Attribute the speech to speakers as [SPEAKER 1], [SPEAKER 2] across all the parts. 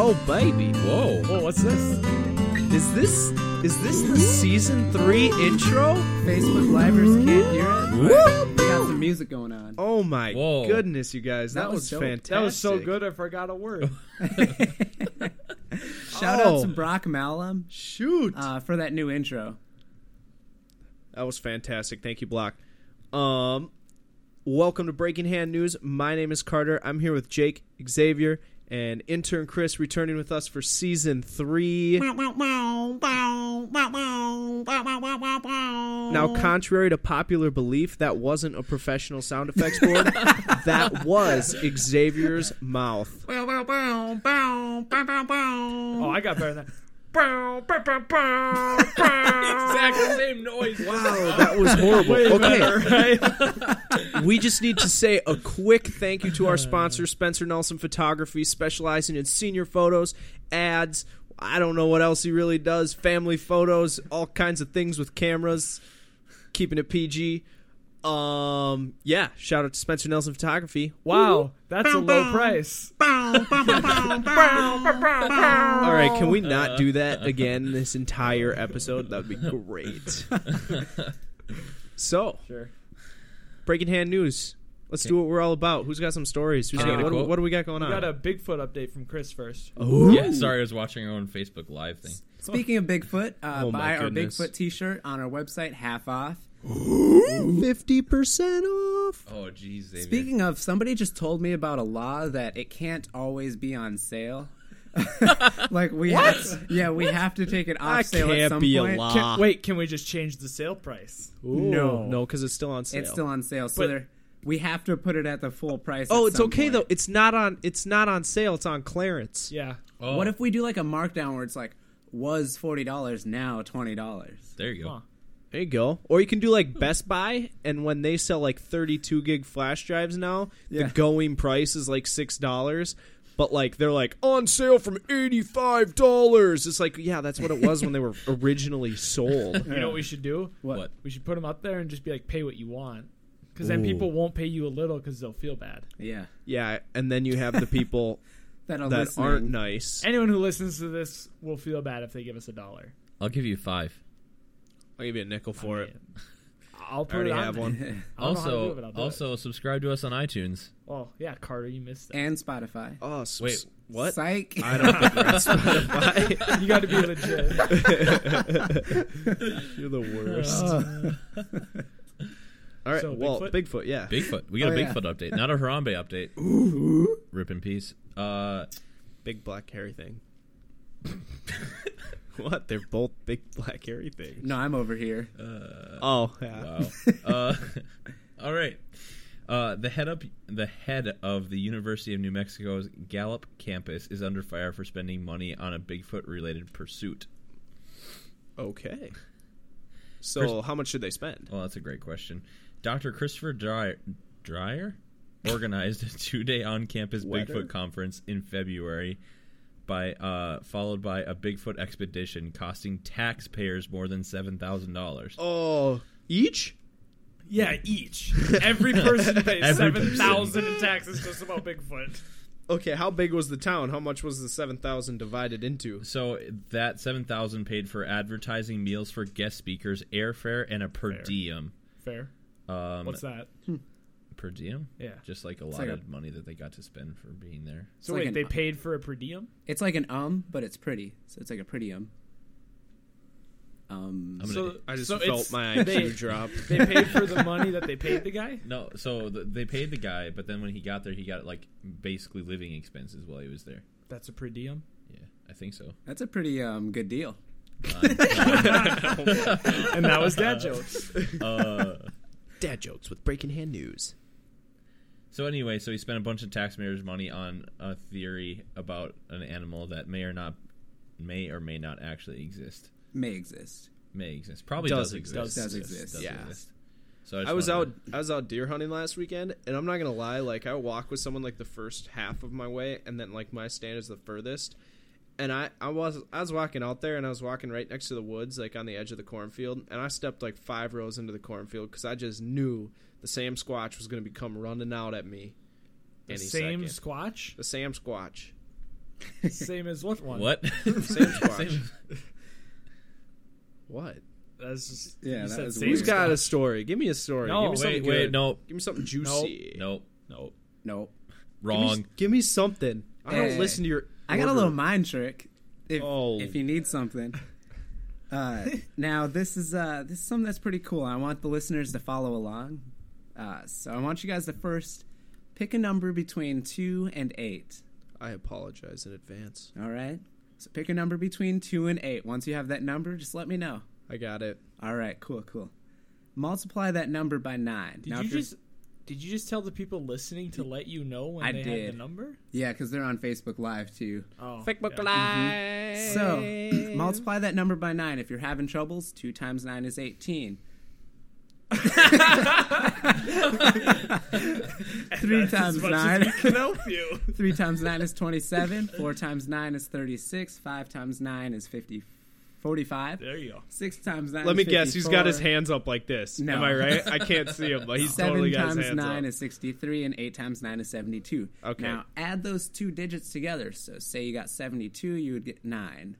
[SPEAKER 1] Oh baby, whoa!
[SPEAKER 2] Whoa, what's this?
[SPEAKER 1] Is this is this the season three intro?
[SPEAKER 3] Facebook Livers can't hear it. but We got some music going on.
[SPEAKER 1] Oh my
[SPEAKER 2] Whoa.
[SPEAKER 1] goodness, you guys! That,
[SPEAKER 3] That was
[SPEAKER 1] was,
[SPEAKER 3] dope.
[SPEAKER 1] fantastic.
[SPEAKER 2] That was so good I forgot a word.
[SPEAKER 3] Shout
[SPEAKER 1] Oh.
[SPEAKER 3] out to Brock Malum
[SPEAKER 1] Shoot,
[SPEAKER 3] uh, for that new intro.
[SPEAKER 1] that was fantastic. Thank you, Block. Um, welcome to Breaking Hand News. My name is Carter. I'm here with Jake, Xavier, and intern Chris, returning with us for season three. Now, contrary to popular belief, that wasn't a professional sound effects board. that was Xavier's mouth.
[SPEAKER 2] Oh, I got better than that. exact same noise.
[SPEAKER 1] Wow, that was horrible. Okay,
[SPEAKER 2] Right?
[SPEAKER 1] we just need to say a quick thank you to our sponsor, Spencer Nelson Photography, specializing in senior photos, ads. I don't know what else he really does. Family photos, all kinds of things with cameras, keeping it PG. Um, yeah, shout out to Spencer Nelson Photography.
[SPEAKER 2] Wow, that's a low price.
[SPEAKER 1] All right,
[SPEAKER 2] Oh.
[SPEAKER 1] can we not
[SPEAKER 4] Uh.
[SPEAKER 1] do that again this entire episode? That would be great. so,
[SPEAKER 2] Sure.
[SPEAKER 1] breaking hand news. Let's do what we're all about. Who's got some stories? Who's
[SPEAKER 4] Can I
[SPEAKER 1] got
[SPEAKER 4] get a
[SPEAKER 1] what, do-
[SPEAKER 4] quote?
[SPEAKER 1] what do we got going
[SPEAKER 2] We
[SPEAKER 1] on?
[SPEAKER 2] got a Bigfoot update from Chris first.
[SPEAKER 1] Ooh.
[SPEAKER 4] Yeah, sorry, I was watching our own Facebook Live thing.
[SPEAKER 3] Speaking of Bigfoot, uh,
[SPEAKER 1] Oh, my
[SPEAKER 3] buy our
[SPEAKER 1] goodness.
[SPEAKER 3] Bigfoot T-shirt on our website, half off.
[SPEAKER 1] fifty percent off.
[SPEAKER 4] Oh, jeez, Xavier.
[SPEAKER 3] Speaking of, somebody just told me about a law that it can't always be on sale. like we, have, yeah, we have to take it off
[SPEAKER 1] That
[SPEAKER 3] sale at
[SPEAKER 1] can't
[SPEAKER 3] some
[SPEAKER 1] be a
[SPEAKER 3] point.
[SPEAKER 1] law.
[SPEAKER 2] Can, wait, can we just change the sale price?
[SPEAKER 1] No, no, because it's still on sale.
[SPEAKER 3] It's still on sale, so
[SPEAKER 2] But-
[SPEAKER 3] there, we have to put it at the full price.
[SPEAKER 1] oh,
[SPEAKER 3] at
[SPEAKER 1] it's
[SPEAKER 3] some
[SPEAKER 1] okay
[SPEAKER 3] point.
[SPEAKER 1] though. It's not on. It's not on sale. It's on clearance.
[SPEAKER 2] Yeah.
[SPEAKER 4] oh,
[SPEAKER 3] What if we do like a markdown where it's like was forty dollars now twenty dollars?
[SPEAKER 4] There you go.
[SPEAKER 2] Huh.
[SPEAKER 1] There you go. Or you can do like Best Buy, and when they sell like 32 gig flash drives now,
[SPEAKER 3] Yeah.
[SPEAKER 1] the going price is like six dollars. But like they're like on sale from eighty five dollars. It's like yeah, that's what it was when they were originally sold.
[SPEAKER 2] You know what we should do?
[SPEAKER 4] What?
[SPEAKER 2] We should put them up there and just be like, pay what you want. Because then people won't pay you a little because they'll feel bad.
[SPEAKER 3] Yeah,
[SPEAKER 1] Yeah, and then you have the people
[SPEAKER 3] that'll
[SPEAKER 1] that
[SPEAKER 3] listening.
[SPEAKER 1] aren't nice.
[SPEAKER 2] Anyone who listens to this will feel bad if they give us a dollar.
[SPEAKER 4] I'll give you five.
[SPEAKER 1] I'll give you a nickel for it.
[SPEAKER 2] I'll
[SPEAKER 1] I
[SPEAKER 2] put
[SPEAKER 1] already
[SPEAKER 2] it on
[SPEAKER 1] have
[SPEAKER 2] there.
[SPEAKER 1] one.
[SPEAKER 2] I don't know how to do it,
[SPEAKER 4] Also,
[SPEAKER 2] but I'll do
[SPEAKER 4] also subscribe to us on iTunes.
[SPEAKER 2] it. Oh, yeah, Carter, you missed that.
[SPEAKER 3] and Spotify.
[SPEAKER 1] Oh, s-
[SPEAKER 4] Wait.
[SPEAKER 1] s- what?
[SPEAKER 3] Psych.
[SPEAKER 1] I don't think that's Spotify.
[SPEAKER 2] you got to be legit.
[SPEAKER 1] You're the worst. All right,
[SPEAKER 2] So,
[SPEAKER 1] well,
[SPEAKER 2] Bigfoot?
[SPEAKER 1] Bigfoot, yeah.
[SPEAKER 4] Bigfoot. We got
[SPEAKER 3] Oh,
[SPEAKER 4] a
[SPEAKER 3] yeah.
[SPEAKER 4] Bigfoot update, not a Harambe update. Rip in peace. Uh,
[SPEAKER 1] big black hairy thing. what? They're both big black hairy things.
[SPEAKER 3] no, I'm over here.
[SPEAKER 1] Oh, yeah.
[SPEAKER 4] wow. uh, all right. Uh, the head up, the head of the University of New Mexico's Gallup campus is under fire for spending money on a Bigfoot-related pursuit.
[SPEAKER 1] Okay. So, how much should they spend?
[SPEAKER 4] Well, that's a great question. Dr. Christopher Dreyer, Dreyer organized a two-day on-campus
[SPEAKER 1] Wetter?
[SPEAKER 4] Bigfoot conference in February, by uh, followed by a Bigfoot expedition costing taxpayers more than seven thousand dollars.
[SPEAKER 1] Oh, each?
[SPEAKER 2] Yeah, each. Every person pays
[SPEAKER 4] Every
[SPEAKER 2] seven thousand in taxes just about Bigfoot.
[SPEAKER 1] Okay, how big was the town? How much was the 7,000 divided into?
[SPEAKER 4] So that seven thousand paid for advertising, meals for guest speakers, airfare, and a per
[SPEAKER 2] Fair.
[SPEAKER 4] diem.
[SPEAKER 2] Fair.
[SPEAKER 4] Um,
[SPEAKER 2] What's that?
[SPEAKER 4] Per diem?
[SPEAKER 2] Yeah.
[SPEAKER 4] Just like a lot
[SPEAKER 3] like a-
[SPEAKER 4] of money that they got to spend for being there.
[SPEAKER 2] So
[SPEAKER 3] like
[SPEAKER 2] wait,
[SPEAKER 3] an-
[SPEAKER 2] they paid for a per diem?
[SPEAKER 3] It's like an um, but it's pretty. So it's like a pretty um. Um.
[SPEAKER 4] I'm
[SPEAKER 2] So
[SPEAKER 4] gonna-
[SPEAKER 1] I just
[SPEAKER 2] so
[SPEAKER 1] felt
[SPEAKER 2] it's-
[SPEAKER 1] my IQ
[SPEAKER 2] they-
[SPEAKER 1] drop.
[SPEAKER 2] They paid for the money that they paid the guy.
[SPEAKER 4] No, so th- they paid the guy, but then when he got there, he got like basically living expenses while he was there.
[SPEAKER 2] That's a per diem.
[SPEAKER 4] Yeah, I think so.
[SPEAKER 3] That's a pretty um good deal.
[SPEAKER 2] And that was dad jokes.
[SPEAKER 1] Dad jokes with Breaking Hand News.
[SPEAKER 4] So anyway, so he spent a bunch of taxpayers' money on a theory about an animal that may or not, may or may not actually exist.
[SPEAKER 3] May exist.
[SPEAKER 4] May exist. Probably
[SPEAKER 1] Does
[SPEAKER 4] does,
[SPEAKER 1] exist.
[SPEAKER 4] exist.
[SPEAKER 3] Does exist.
[SPEAKER 1] Yeah.
[SPEAKER 4] So I, just
[SPEAKER 1] I was out
[SPEAKER 4] wanted
[SPEAKER 1] I was out deer hunting last weekend and I'm not gonna lie, like I walk with someone like the first half of my way and then like my stand is the furthest. And I, I was I was walking out there and I was walking right next to the woods, like on the edge of the cornfield, and I stepped like five rows into the cornfield because I just knew the Sam Squatch was gonna become running out at me.
[SPEAKER 2] The
[SPEAKER 1] any
[SPEAKER 2] same
[SPEAKER 1] second.
[SPEAKER 2] squatch.
[SPEAKER 1] the Sam Squatch.
[SPEAKER 2] Same as what one?
[SPEAKER 4] What?
[SPEAKER 1] Sasquatch. What?
[SPEAKER 2] That's just
[SPEAKER 3] Yeah,
[SPEAKER 2] You
[SPEAKER 3] that
[SPEAKER 2] said
[SPEAKER 3] was
[SPEAKER 2] same
[SPEAKER 3] weird.
[SPEAKER 1] Who's got
[SPEAKER 2] stuff.
[SPEAKER 1] a story? Give me a story.
[SPEAKER 2] No,
[SPEAKER 1] Give me something
[SPEAKER 4] wait, wait,
[SPEAKER 1] good.
[SPEAKER 4] no,
[SPEAKER 1] Give me something juicy.
[SPEAKER 4] no, no,
[SPEAKER 3] Nope.
[SPEAKER 1] Give me-
[SPEAKER 4] wrong.
[SPEAKER 1] Give me something. I don't
[SPEAKER 3] Eh,
[SPEAKER 1] listen to your.
[SPEAKER 3] I got a
[SPEAKER 1] order.
[SPEAKER 3] little mind trick. If
[SPEAKER 1] Oh.
[SPEAKER 3] if you need something. Uh, now this is uh, this is something that's pretty cool. I want the listeners to follow along. Uh, so I want you guys to first pick a number between two and eight.
[SPEAKER 1] I apologize in advance.
[SPEAKER 3] All right. So pick a number between two and eight. Once you have that number, just let me know.
[SPEAKER 1] I got it.
[SPEAKER 3] All right. Cool. Cool. Multiply that number by nine.
[SPEAKER 2] Did
[SPEAKER 3] Now,
[SPEAKER 2] you
[SPEAKER 3] if you're-
[SPEAKER 2] just did you just tell the people listening to let you know when
[SPEAKER 3] I
[SPEAKER 2] they had
[SPEAKER 3] did.
[SPEAKER 2] the number?
[SPEAKER 3] yeah, because they're on Facebook Live too.
[SPEAKER 2] Oh, yeah.
[SPEAKER 1] Live.
[SPEAKER 3] So multiply that number by nine. If you're having troubles, two times nine is eighteen. Three
[SPEAKER 2] That's as
[SPEAKER 3] times
[SPEAKER 2] much
[SPEAKER 3] nine.
[SPEAKER 2] As we can help you.
[SPEAKER 3] Three times nine is twenty-seven. Four times nine is thirty-six. Five times nine is fifty, forty-five.
[SPEAKER 2] There you go.
[SPEAKER 3] Six times nine.
[SPEAKER 1] Let
[SPEAKER 3] is
[SPEAKER 1] me guess. He's got his
[SPEAKER 3] 54.
[SPEAKER 1] hands up like this.
[SPEAKER 3] No.
[SPEAKER 1] Am I right? I can't see him, but he's
[SPEAKER 3] Seven
[SPEAKER 1] totally got his
[SPEAKER 3] times
[SPEAKER 1] hands
[SPEAKER 3] nine
[SPEAKER 1] up.
[SPEAKER 3] is sixty-three, and eight times nine is seventy-two.
[SPEAKER 1] Okay.
[SPEAKER 3] Now add those two digits together. So say you got seventy-two, you would get nine,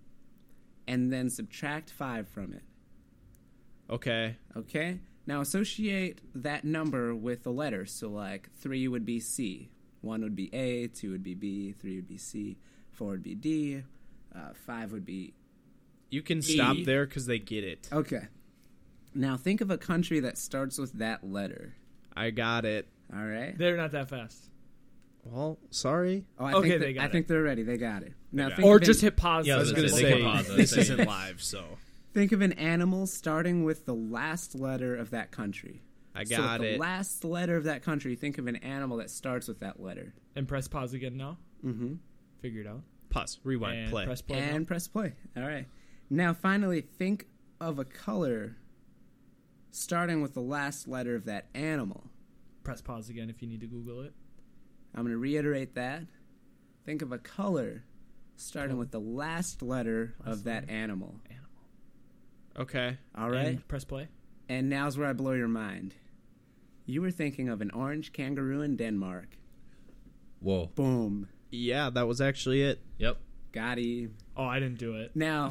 [SPEAKER 3] and then subtract five from it.
[SPEAKER 1] okay.
[SPEAKER 3] Okay. Now associate that number with the letter. So like three would be C, one would be A, two would be B, three would be C, four would be D, uh, five would be.
[SPEAKER 1] You can stop
[SPEAKER 3] E.
[SPEAKER 1] there because they get it.
[SPEAKER 3] Okay. Now think of a country that starts with that letter.
[SPEAKER 1] I got it.
[SPEAKER 3] All right.
[SPEAKER 2] They're not that fast.
[SPEAKER 1] Well, sorry.
[SPEAKER 3] Oh, I
[SPEAKER 2] Okay,
[SPEAKER 3] think
[SPEAKER 2] they
[SPEAKER 3] that-
[SPEAKER 2] got
[SPEAKER 3] I
[SPEAKER 2] it.
[SPEAKER 3] think they're ready. They got it. Now
[SPEAKER 1] got
[SPEAKER 3] think
[SPEAKER 2] Or
[SPEAKER 3] of an-
[SPEAKER 2] just hit pause.
[SPEAKER 4] Yeah, I was
[SPEAKER 1] I
[SPEAKER 4] gonna
[SPEAKER 1] was
[SPEAKER 4] say,
[SPEAKER 1] gonna
[SPEAKER 4] they can
[SPEAKER 1] say,
[SPEAKER 4] pause it.
[SPEAKER 1] this
[SPEAKER 4] They-
[SPEAKER 1] isn't live, so
[SPEAKER 3] think of an animal starting with the last letter of that country.
[SPEAKER 1] I
[SPEAKER 3] So
[SPEAKER 1] got
[SPEAKER 3] with the
[SPEAKER 1] it.
[SPEAKER 3] last letter of that country. Think of an animal that starts with that letter.
[SPEAKER 2] and press pause again now.
[SPEAKER 3] Mm-hmm.
[SPEAKER 2] Figure it out.
[SPEAKER 1] Pause. Rewind.
[SPEAKER 2] And
[SPEAKER 1] play.
[SPEAKER 2] press play.
[SPEAKER 3] and press play. All right. Now, finally, think of a color starting with the last letter of that animal.
[SPEAKER 2] now. Press pause again if you need to Google it.
[SPEAKER 3] I'm going to reiterate that. Think of a color starting with the last letter of
[SPEAKER 2] Last
[SPEAKER 3] that
[SPEAKER 2] letter.
[SPEAKER 3] animal.
[SPEAKER 2] Animal.
[SPEAKER 1] Okay.
[SPEAKER 3] All right. And,
[SPEAKER 2] And press play.
[SPEAKER 3] now's where I blow your mind. You were thinking of an orange kangaroo in Denmark.
[SPEAKER 4] Whoa.
[SPEAKER 3] Boom.
[SPEAKER 1] Yeah, that was actually it.
[SPEAKER 4] Yep.
[SPEAKER 3] Got him.
[SPEAKER 2] Oh, I didn't do it.
[SPEAKER 3] Now,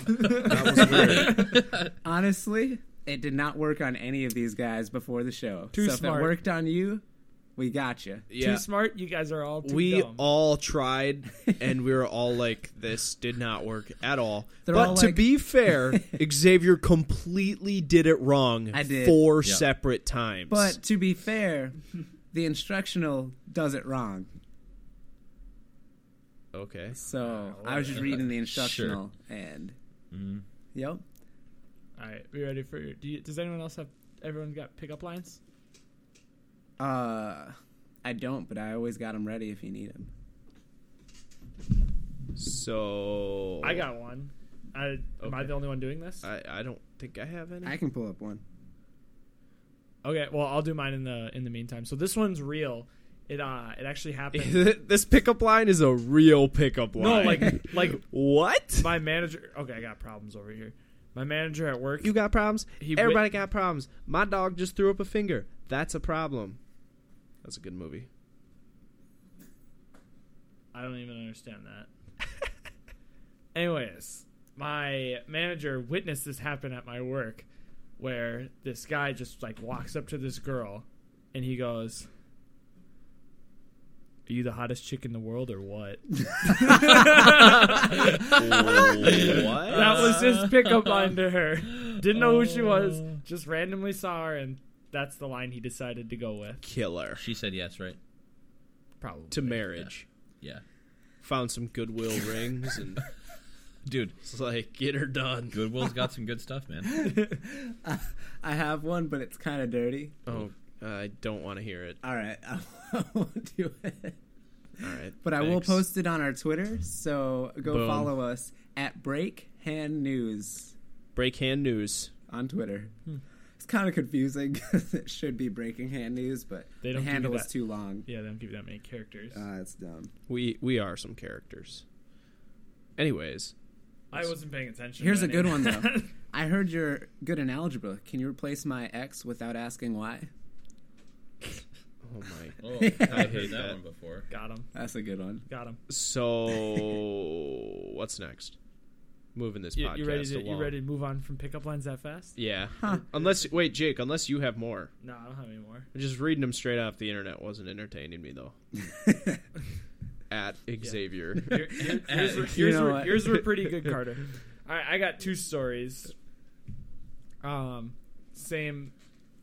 [SPEAKER 3] honestly, it did not work on any of these guys before the show.
[SPEAKER 2] Too
[SPEAKER 3] so if
[SPEAKER 2] smart.
[SPEAKER 3] it worked on you, we got you.
[SPEAKER 1] Yeah.
[SPEAKER 2] Too smart. You guys are all too
[SPEAKER 1] we
[SPEAKER 2] dumb.
[SPEAKER 1] all tried and we were all like this did not work at all
[SPEAKER 3] They're
[SPEAKER 1] but
[SPEAKER 3] all
[SPEAKER 1] to
[SPEAKER 3] like-
[SPEAKER 1] be fair xavier completely did it wrong
[SPEAKER 3] I did.
[SPEAKER 1] four
[SPEAKER 4] Yeah.
[SPEAKER 1] separate times
[SPEAKER 3] But to be fair, the instructional does it wrong.
[SPEAKER 1] okay
[SPEAKER 3] So
[SPEAKER 2] Uh,
[SPEAKER 3] I was just reading the instructional and.
[SPEAKER 2] Mm-hmm.
[SPEAKER 4] Mhm.
[SPEAKER 3] Yep.
[SPEAKER 2] all right, we ready for? Do you, does anyone else have? Everyone got pickup lines?
[SPEAKER 3] Uh, I don't, but I always got them ready if you need them.
[SPEAKER 1] so
[SPEAKER 2] I got one. I, Am I
[SPEAKER 1] Okay.
[SPEAKER 2] the only one doing this?
[SPEAKER 1] i, I don't think i have any
[SPEAKER 3] I can pull up one.
[SPEAKER 2] Okay, well I'll do mine in the in the meantime. So this one's real. It uh it actually happened.
[SPEAKER 1] this pickup line is a real pickup line
[SPEAKER 2] no, like like
[SPEAKER 1] what
[SPEAKER 2] my manager. Okay, I got problems over here. My manager at work.
[SPEAKER 1] you got problems
[SPEAKER 2] He wi-
[SPEAKER 1] everybody got problems my dog just threw up a finger that's a problem that's a good movie
[SPEAKER 2] I don't even understand that. Anyways, my manager witnessed this happen at my work where this guy just like walks up to this girl and he goes are you the hottest chick in the world or what?
[SPEAKER 1] what
[SPEAKER 2] That was his pickup line to her. Didn't know who she
[SPEAKER 3] Oh.
[SPEAKER 2] was, just randomly saw her, and that's the line he decided to go with.
[SPEAKER 1] killer
[SPEAKER 4] She said yes, right?
[SPEAKER 2] Probably.
[SPEAKER 1] to marriage
[SPEAKER 4] Yeah.
[SPEAKER 1] found some Goodwill rings and
[SPEAKER 4] Dude,
[SPEAKER 1] was like, get her done.
[SPEAKER 4] Goodwill's got some good stuff, man.
[SPEAKER 3] I have one, but it's kind of dirty.
[SPEAKER 1] Oh, I don't want to hear it.
[SPEAKER 3] All right, I won't do it.
[SPEAKER 1] All right,
[SPEAKER 3] But I will
[SPEAKER 1] thanks.
[SPEAKER 3] post it on our Twitter, so go
[SPEAKER 1] Boom.
[SPEAKER 3] follow us at Break Hand News.
[SPEAKER 1] break hand news.
[SPEAKER 3] on Twitter.
[SPEAKER 2] Hmm.
[SPEAKER 3] It's kind of confusing 'cause it should be breaking hand news, but
[SPEAKER 2] They don't
[SPEAKER 3] the
[SPEAKER 2] give you
[SPEAKER 3] handle
[SPEAKER 2] that.
[SPEAKER 3] is too long.
[SPEAKER 2] Yeah, they don't give you that many characters.
[SPEAKER 3] Uh, it's dumb.
[SPEAKER 1] We we are some characters. Anyways,
[SPEAKER 2] I wasn't paying attention.
[SPEAKER 3] Here's
[SPEAKER 2] to
[SPEAKER 3] a good one
[SPEAKER 2] any-
[SPEAKER 3] though. I heard you're good in algebra. Can you replace my X without asking why?
[SPEAKER 1] Oh my.
[SPEAKER 4] Oh, I
[SPEAKER 1] hate
[SPEAKER 4] heard
[SPEAKER 1] that.
[SPEAKER 4] that one before.
[SPEAKER 2] Got him.
[SPEAKER 3] That's a good one.
[SPEAKER 2] Got him.
[SPEAKER 1] So what's next? Moving this
[SPEAKER 2] You,
[SPEAKER 1] podcast
[SPEAKER 2] you ready to
[SPEAKER 1] along.
[SPEAKER 2] you ready to move on from pickup lines that fast?
[SPEAKER 1] Yeah.
[SPEAKER 3] Huh.
[SPEAKER 1] Unless wait, Jake. Unless you have more.
[SPEAKER 2] No, I don't have any more.
[SPEAKER 1] Just reading them straight off the internet wasn't entertaining me though. At Xavier.
[SPEAKER 2] Here- here- Here's were-
[SPEAKER 3] You
[SPEAKER 2] here's
[SPEAKER 3] know
[SPEAKER 2] were-
[SPEAKER 3] what?
[SPEAKER 2] here's were pretty good, Carter. All right, I got two stories. Um, same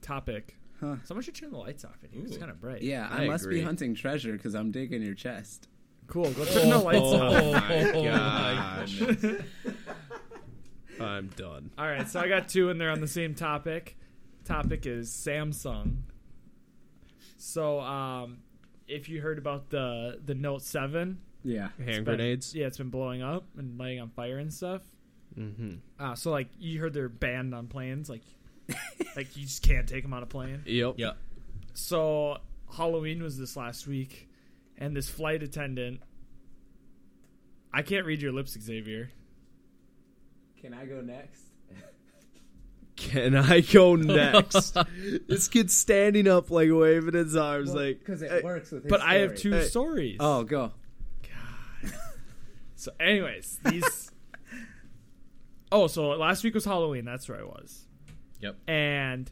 [SPEAKER 2] topic.
[SPEAKER 3] Huh.
[SPEAKER 2] Someone should turn the lights off in here. It's
[SPEAKER 4] Ooh.
[SPEAKER 2] kind of bright.
[SPEAKER 3] Yeah, I,
[SPEAKER 1] I
[SPEAKER 3] must
[SPEAKER 1] agree.
[SPEAKER 3] be hunting treasure because I'm digging your chest.
[SPEAKER 2] Cool. Go turn the lights off.
[SPEAKER 1] Oh my
[SPEAKER 4] my
[SPEAKER 3] Ah,
[SPEAKER 1] gosh.
[SPEAKER 4] goodness.
[SPEAKER 1] I'm done.
[SPEAKER 2] All right, so I got two and they're on the same topic. Topic is Samsung. So, um, if you heard about the the Note Seven,
[SPEAKER 3] Yeah.
[SPEAKER 2] it's
[SPEAKER 1] Hand
[SPEAKER 2] been-
[SPEAKER 1] grenades.
[SPEAKER 2] yeah, it's been blowing up and lighting on fire and stuff.
[SPEAKER 1] Mm-hmm.
[SPEAKER 2] Uh, so like you heard they're banned on planes, like like you just can't take them on a plane.
[SPEAKER 1] Yep.
[SPEAKER 4] Yeah.
[SPEAKER 2] So Halloween was this last week, and this flight attendant. I can't read your lips, Xavier.
[SPEAKER 3] Can I go next?
[SPEAKER 1] Can I go next? this kid's standing up, like waving his arms, like. "Hey."
[SPEAKER 3] works with.
[SPEAKER 2] But I have two
[SPEAKER 1] Hey.
[SPEAKER 2] stories.
[SPEAKER 3] Oh, go.
[SPEAKER 2] So, anyways, these. oh, so last week was Halloween. That's where I was.
[SPEAKER 4] Yep.
[SPEAKER 2] And,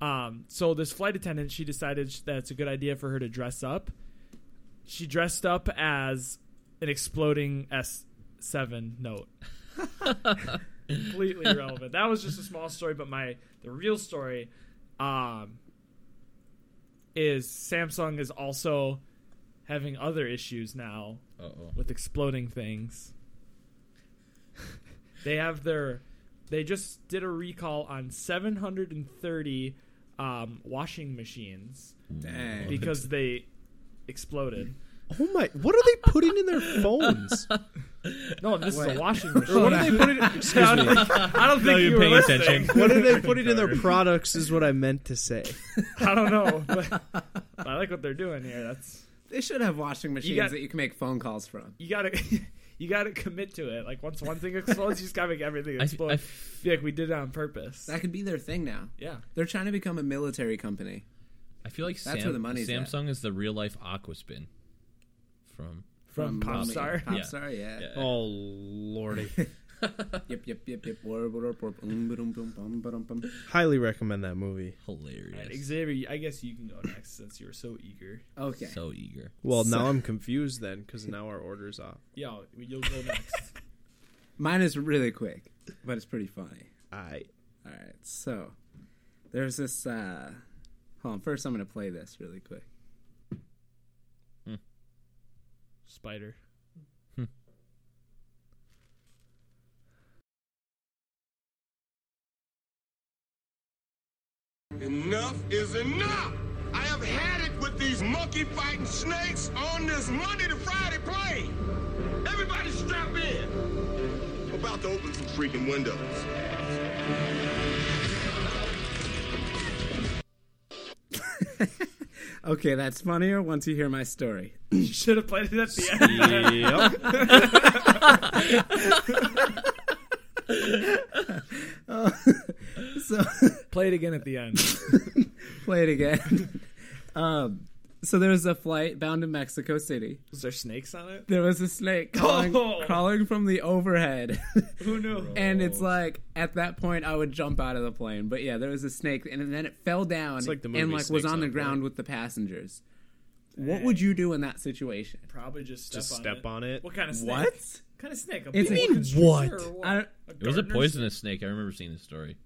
[SPEAKER 2] um, so this flight attendant, she decided sh- that it's a good idea for her to dress up. She dressed up as an exploding S seven note. Completely irrelevant. That was just a small story, but my the real story, um, is Samsung is also having other issues now
[SPEAKER 4] Uh oh.
[SPEAKER 2] with exploding things. they have their. They just did a recall on 730 um, washing machines
[SPEAKER 4] Oh,
[SPEAKER 3] Dang.
[SPEAKER 2] because they exploded.
[SPEAKER 1] Oh my! What are they putting in their phones?
[SPEAKER 2] No, this is
[SPEAKER 3] Wait.
[SPEAKER 2] a washing machine.
[SPEAKER 1] what are they putting? Excuse
[SPEAKER 2] I
[SPEAKER 1] me.
[SPEAKER 2] don't think, I don't think
[SPEAKER 4] you're
[SPEAKER 2] you were
[SPEAKER 4] paying
[SPEAKER 2] listening.
[SPEAKER 4] attention.
[SPEAKER 1] What are they putting in their products? Is what I meant to say.
[SPEAKER 2] I don't know. But I like what they're doing here. That's
[SPEAKER 3] They should have washing machines
[SPEAKER 2] got-
[SPEAKER 3] that you can make phone calls from.
[SPEAKER 2] you gotta you gotta commit to it. Like once one thing explodes, you just gotta make everything
[SPEAKER 4] I,
[SPEAKER 2] explode.
[SPEAKER 4] I f-
[SPEAKER 2] Be like we did it on purpose.
[SPEAKER 3] That could be their thing now.
[SPEAKER 2] Yeah.
[SPEAKER 3] They're trying to become a military company
[SPEAKER 4] I feel like
[SPEAKER 3] That's
[SPEAKER 4] Sam-
[SPEAKER 3] where the money's at.
[SPEAKER 4] Samsung is the real life Aquaspin from.
[SPEAKER 2] From
[SPEAKER 3] Mommy.
[SPEAKER 2] Popstar.
[SPEAKER 4] Yeah.
[SPEAKER 3] Popstar, yeah.
[SPEAKER 4] Yeah.
[SPEAKER 1] Oh lordy!
[SPEAKER 3] Yep, yep, yep, yep. Warp, warp, warp. Um, ba-dum, bum, bum, ba-dum, bum.
[SPEAKER 1] Highly recommend that movie.
[SPEAKER 4] Hilarious.
[SPEAKER 2] Alright, Xavier, I guess you can go next since you were so eager.
[SPEAKER 3] Okay.
[SPEAKER 4] So eager.
[SPEAKER 1] Well, now I'm confused then because now our order's off.
[SPEAKER 2] Yo, you'll go next.
[SPEAKER 3] Mine is really quick, but it's pretty funny.
[SPEAKER 1] I
[SPEAKER 3] All right, so there's this. Uh, hold on, first I'm going to play this really quick.
[SPEAKER 2] Spider.
[SPEAKER 5] Enough is enough! I have had it with these monkey fighting snakes on this Monday to Friday plane! Everybody strap in! I'm about to open some freaking windows.
[SPEAKER 3] Okay, that's funnier once you hear my story.
[SPEAKER 2] You should have played it at the end.
[SPEAKER 3] So.
[SPEAKER 2] Play it again at the end.
[SPEAKER 3] play it again. um, so there was a flight bound to Mexico City.
[SPEAKER 2] Was there snakes on it?
[SPEAKER 3] There was a snake crawling,
[SPEAKER 2] Oh.
[SPEAKER 3] crawling from the overhead.
[SPEAKER 2] Who knew?
[SPEAKER 3] and it's like at that point I would jump out of the plane. But yeah, there was a snake and then it fell down
[SPEAKER 1] like the
[SPEAKER 3] and
[SPEAKER 1] movie
[SPEAKER 3] like was
[SPEAKER 1] Snakes
[SPEAKER 3] on the
[SPEAKER 1] on a
[SPEAKER 3] ground
[SPEAKER 1] Plane.
[SPEAKER 3] with the passengers. What would you do in that situation?
[SPEAKER 2] Probably just step
[SPEAKER 1] just
[SPEAKER 2] on
[SPEAKER 1] step
[SPEAKER 2] it.
[SPEAKER 1] on it.
[SPEAKER 2] What kind of snake? What kind of snake? A
[SPEAKER 3] It's-
[SPEAKER 2] boa
[SPEAKER 3] You mean
[SPEAKER 2] constrictor
[SPEAKER 1] what?
[SPEAKER 2] or
[SPEAKER 3] I don't,
[SPEAKER 4] It was a
[SPEAKER 2] gardener
[SPEAKER 4] poisonous snake. I remember seeing this story.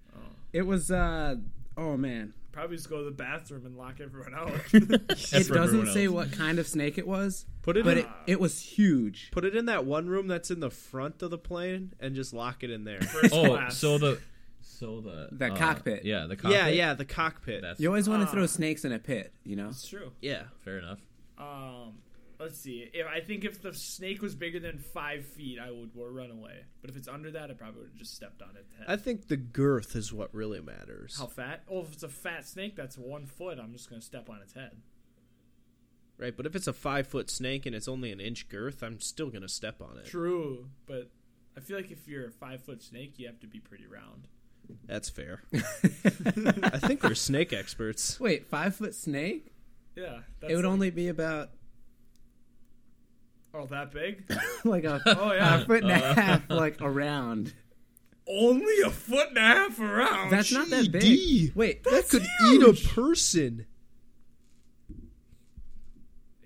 [SPEAKER 3] it was uh oh man.
[SPEAKER 2] snake? Probably just go to the bathroom and lock everyone out.
[SPEAKER 3] it doesn't say what kind of snake it was,
[SPEAKER 1] Put it
[SPEAKER 3] but
[SPEAKER 1] in.
[SPEAKER 3] it, it was huge.
[SPEAKER 1] Put it in that one room that's in the front of the plane and just lock it in there.
[SPEAKER 2] First
[SPEAKER 4] Oh,
[SPEAKER 2] class.
[SPEAKER 4] so the so the uh,
[SPEAKER 3] The cockpit.
[SPEAKER 4] Yeah, the cockpit.
[SPEAKER 1] yeah, yeah, the cockpit.
[SPEAKER 4] That's
[SPEAKER 3] You always want to throw snakes in a pit, you know?
[SPEAKER 2] It's true.
[SPEAKER 1] yeah.
[SPEAKER 4] fair enough.
[SPEAKER 2] Um, let's see. If I think if the snake was bigger than five feet, I would run away. But if it's under that, I probably would have just stepped on it.
[SPEAKER 1] I think the girth is what really matters.
[SPEAKER 2] How fat? Well, if it's a fat snake that's one foot, I'm just gonna step on its head.
[SPEAKER 1] Right, but if it's a five foot snake and it's only an inch girth, I'm still gonna step on it.
[SPEAKER 2] True, but I feel like if you're a five foot snake, you have to be pretty round.
[SPEAKER 1] That's fair. I think we're snake experts.
[SPEAKER 3] Wait, five foot snake?
[SPEAKER 2] Yeah. That's
[SPEAKER 3] it would
[SPEAKER 2] like-
[SPEAKER 3] only be about
[SPEAKER 2] Oh, that big?
[SPEAKER 3] like a,
[SPEAKER 2] Oh, yeah.
[SPEAKER 3] a foot and a half, like around.
[SPEAKER 2] only a foot and a half around.
[SPEAKER 3] That's not that
[SPEAKER 1] GD.
[SPEAKER 3] big. Wait,
[SPEAKER 1] that could eat a person.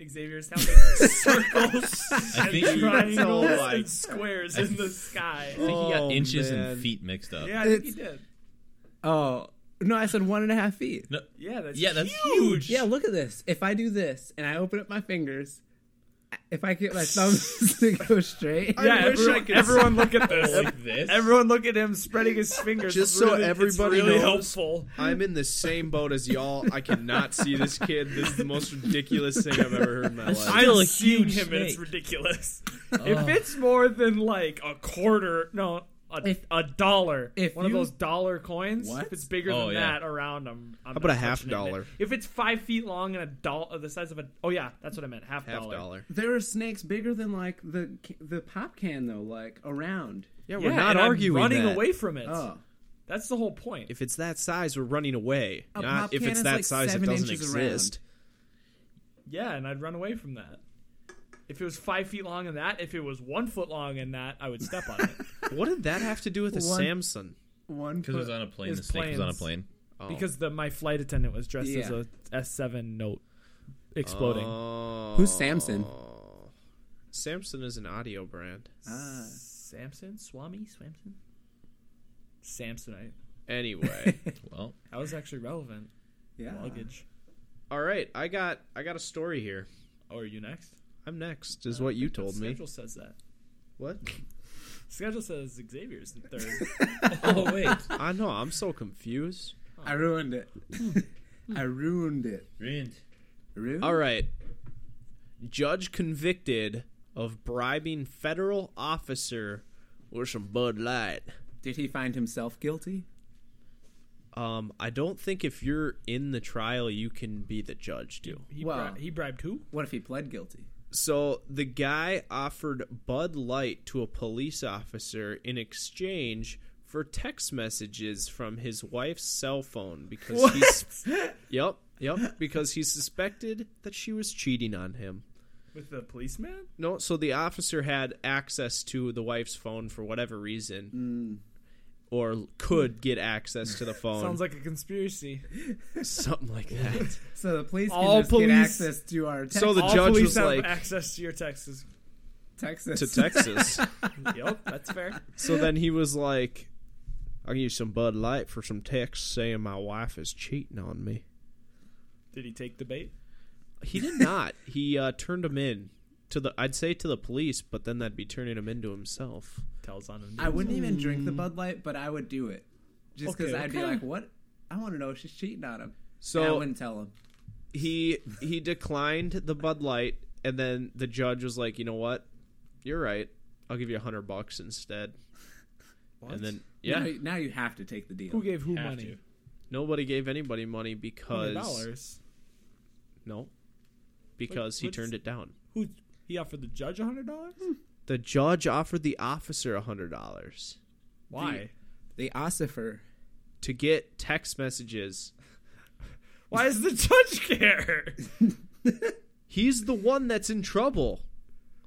[SPEAKER 2] Xavier's counting circles,
[SPEAKER 4] I think
[SPEAKER 2] and
[SPEAKER 4] he-
[SPEAKER 2] triangles,
[SPEAKER 1] Oh my
[SPEAKER 2] and squares in the sky.
[SPEAKER 4] I think he
[SPEAKER 1] Oh,
[SPEAKER 4] got inches
[SPEAKER 1] man.
[SPEAKER 4] and feet mixed up.
[SPEAKER 2] Yeah, I think he
[SPEAKER 3] It's-
[SPEAKER 2] did.
[SPEAKER 3] Oh no, I said one and a half feet.
[SPEAKER 4] No,
[SPEAKER 2] Yeah, that's
[SPEAKER 4] yeah, that's
[SPEAKER 2] huge.
[SPEAKER 4] huge.
[SPEAKER 3] Yeah, look at this. If I do this and I open up my fingers, if I get my thumbs to go straight,
[SPEAKER 2] Yeah,
[SPEAKER 1] I wish I
[SPEAKER 2] everyone,
[SPEAKER 1] could-
[SPEAKER 2] everyone look at this.
[SPEAKER 4] like this.
[SPEAKER 2] Everyone look at him spreading his fingers.
[SPEAKER 1] Just
[SPEAKER 2] It's
[SPEAKER 1] so
[SPEAKER 2] really,
[SPEAKER 1] everybody
[SPEAKER 2] it's really
[SPEAKER 1] knows.
[SPEAKER 2] helpful.
[SPEAKER 1] I'm in the same boat as y'all. I cannot see this kid. This is the most ridiculous thing I've ever heard in my life.
[SPEAKER 4] Still
[SPEAKER 2] I'm
[SPEAKER 4] a
[SPEAKER 2] seeing
[SPEAKER 4] huge
[SPEAKER 2] him and it's
[SPEAKER 4] snake.
[SPEAKER 2] ridiculous.
[SPEAKER 3] Oh.
[SPEAKER 2] If it's more than like a quarter, no, a,
[SPEAKER 3] If-
[SPEAKER 2] a dollar,
[SPEAKER 3] if
[SPEAKER 2] one of
[SPEAKER 3] you-
[SPEAKER 2] those dollar coins.
[SPEAKER 3] What?
[SPEAKER 2] If it's bigger
[SPEAKER 4] Oh,
[SPEAKER 2] than
[SPEAKER 4] yeah.
[SPEAKER 2] that, around them. I'm How
[SPEAKER 1] about a half dollar?
[SPEAKER 2] If it's five feet long and a dollar, the size of a. Oh yeah, that's what I meant. Half,
[SPEAKER 1] Half dollar.
[SPEAKER 3] there are snakes bigger than like the the pop can though, like around.
[SPEAKER 1] Yeah,
[SPEAKER 2] Yeah,
[SPEAKER 1] we're not
[SPEAKER 2] and I'm
[SPEAKER 1] arguing.
[SPEAKER 2] running
[SPEAKER 1] that.
[SPEAKER 2] away from it.
[SPEAKER 3] Oh,
[SPEAKER 2] That's the whole point.
[SPEAKER 1] If it's that size, we're running away.
[SPEAKER 3] A
[SPEAKER 1] not
[SPEAKER 3] pop
[SPEAKER 1] if
[SPEAKER 3] can
[SPEAKER 1] it's
[SPEAKER 3] is
[SPEAKER 1] that
[SPEAKER 3] like
[SPEAKER 1] size, it
[SPEAKER 3] seven
[SPEAKER 1] doesn't
[SPEAKER 3] inches
[SPEAKER 1] exist.
[SPEAKER 2] yeah, and I'd run away from that. If it was five feet long and that, if it was one foot long and that, I would step on it.
[SPEAKER 1] What did that have to do with a
[SPEAKER 3] One-
[SPEAKER 1] Samsung?
[SPEAKER 3] one
[SPEAKER 4] Because uh, it was
[SPEAKER 3] foot.
[SPEAKER 4] on a plane.
[SPEAKER 2] His
[SPEAKER 4] The snake was on a
[SPEAKER 2] planes.
[SPEAKER 4] plane.
[SPEAKER 1] Oh.
[SPEAKER 2] because the my flight attendant was dressed as
[SPEAKER 3] Yeah.
[SPEAKER 2] a S seven note exploding.
[SPEAKER 1] Oh.
[SPEAKER 3] Who's Samson?
[SPEAKER 1] Samson is an audio brand.
[SPEAKER 3] Ah.
[SPEAKER 2] Samson, Swami, Swamson, Samsonite.
[SPEAKER 1] Anyway,
[SPEAKER 4] Well,
[SPEAKER 2] That was actually relevant.
[SPEAKER 3] yeah.
[SPEAKER 2] Luggage.
[SPEAKER 1] all right. I got I got a story here.
[SPEAKER 2] Oh, are you next?
[SPEAKER 1] I'm next, is what you told me.
[SPEAKER 2] Schedule says that.
[SPEAKER 1] What?
[SPEAKER 2] Schedule says Xavier's in third.
[SPEAKER 4] oh wait,
[SPEAKER 1] I know. I'm so confused.
[SPEAKER 3] I ruined it. I ruined it.
[SPEAKER 4] Ruined.
[SPEAKER 3] Ruined?
[SPEAKER 1] All right. Judge convicted of bribing federal officer with some Bud Light.
[SPEAKER 3] Did he find himself guilty?
[SPEAKER 1] Um, I don't think if you're in the trial, you can be the judge, do.
[SPEAKER 2] he,
[SPEAKER 3] Wow.
[SPEAKER 2] bri- he bribed who?
[SPEAKER 3] What if he pled guilty?
[SPEAKER 1] So the guy offered Bud Light to a police officer in exchange for text messages from his wife's cell phone because he's yep yep because he suspected that she was cheating on him.
[SPEAKER 2] With the policeman?
[SPEAKER 1] No, so the officer had access to the wife's phone for whatever reason. Or could get access to the phone,
[SPEAKER 2] Sounds like a conspiracy.
[SPEAKER 1] something like that.
[SPEAKER 3] So the police
[SPEAKER 2] All
[SPEAKER 3] can just
[SPEAKER 2] police-
[SPEAKER 3] get access to our text.
[SPEAKER 1] So The
[SPEAKER 2] All
[SPEAKER 1] judge
[SPEAKER 2] police
[SPEAKER 1] was
[SPEAKER 2] have
[SPEAKER 1] like-
[SPEAKER 2] access to your Texas.
[SPEAKER 3] Texas.
[SPEAKER 1] to Texas,
[SPEAKER 2] yep, that's fair.
[SPEAKER 1] so then he was like, "I'll give you some Bud Light for some texts saying my wife is cheating on me."
[SPEAKER 2] Did he take the bait?
[SPEAKER 1] He did not. he uh, turned him in to the. I'd say to the police, but then that'd be turning him into himself.
[SPEAKER 2] Tells on him.
[SPEAKER 3] I wouldn't even drink the Bud Light, but I would do it just because
[SPEAKER 2] Okay,
[SPEAKER 3] I'd be
[SPEAKER 2] okay.
[SPEAKER 3] like, "What? I want to know if she's cheating on him."
[SPEAKER 1] So
[SPEAKER 3] and I wouldn't tell him.
[SPEAKER 1] he he declined the Bud Light, and then the judge was like, "You know what? You're right. I'll give you a hundred bucks instead." And then yeah,
[SPEAKER 3] Now, now you have to take the deal.
[SPEAKER 2] Who gave who
[SPEAKER 4] Have
[SPEAKER 2] money?
[SPEAKER 4] to.
[SPEAKER 1] nobody gave anybody money
[SPEAKER 2] Hundred
[SPEAKER 1] because
[SPEAKER 2] dollars.
[SPEAKER 1] no, because he
[SPEAKER 2] what's-
[SPEAKER 1] turned it down.
[SPEAKER 2] Who? He offered the judge a hundred dollars.
[SPEAKER 1] The judge offered the officer a hundred dollars
[SPEAKER 2] Why?
[SPEAKER 3] The ossifer.
[SPEAKER 1] to get text messages.
[SPEAKER 2] Why does the judge care?
[SPEAKER 1] He's the one that's in trouble.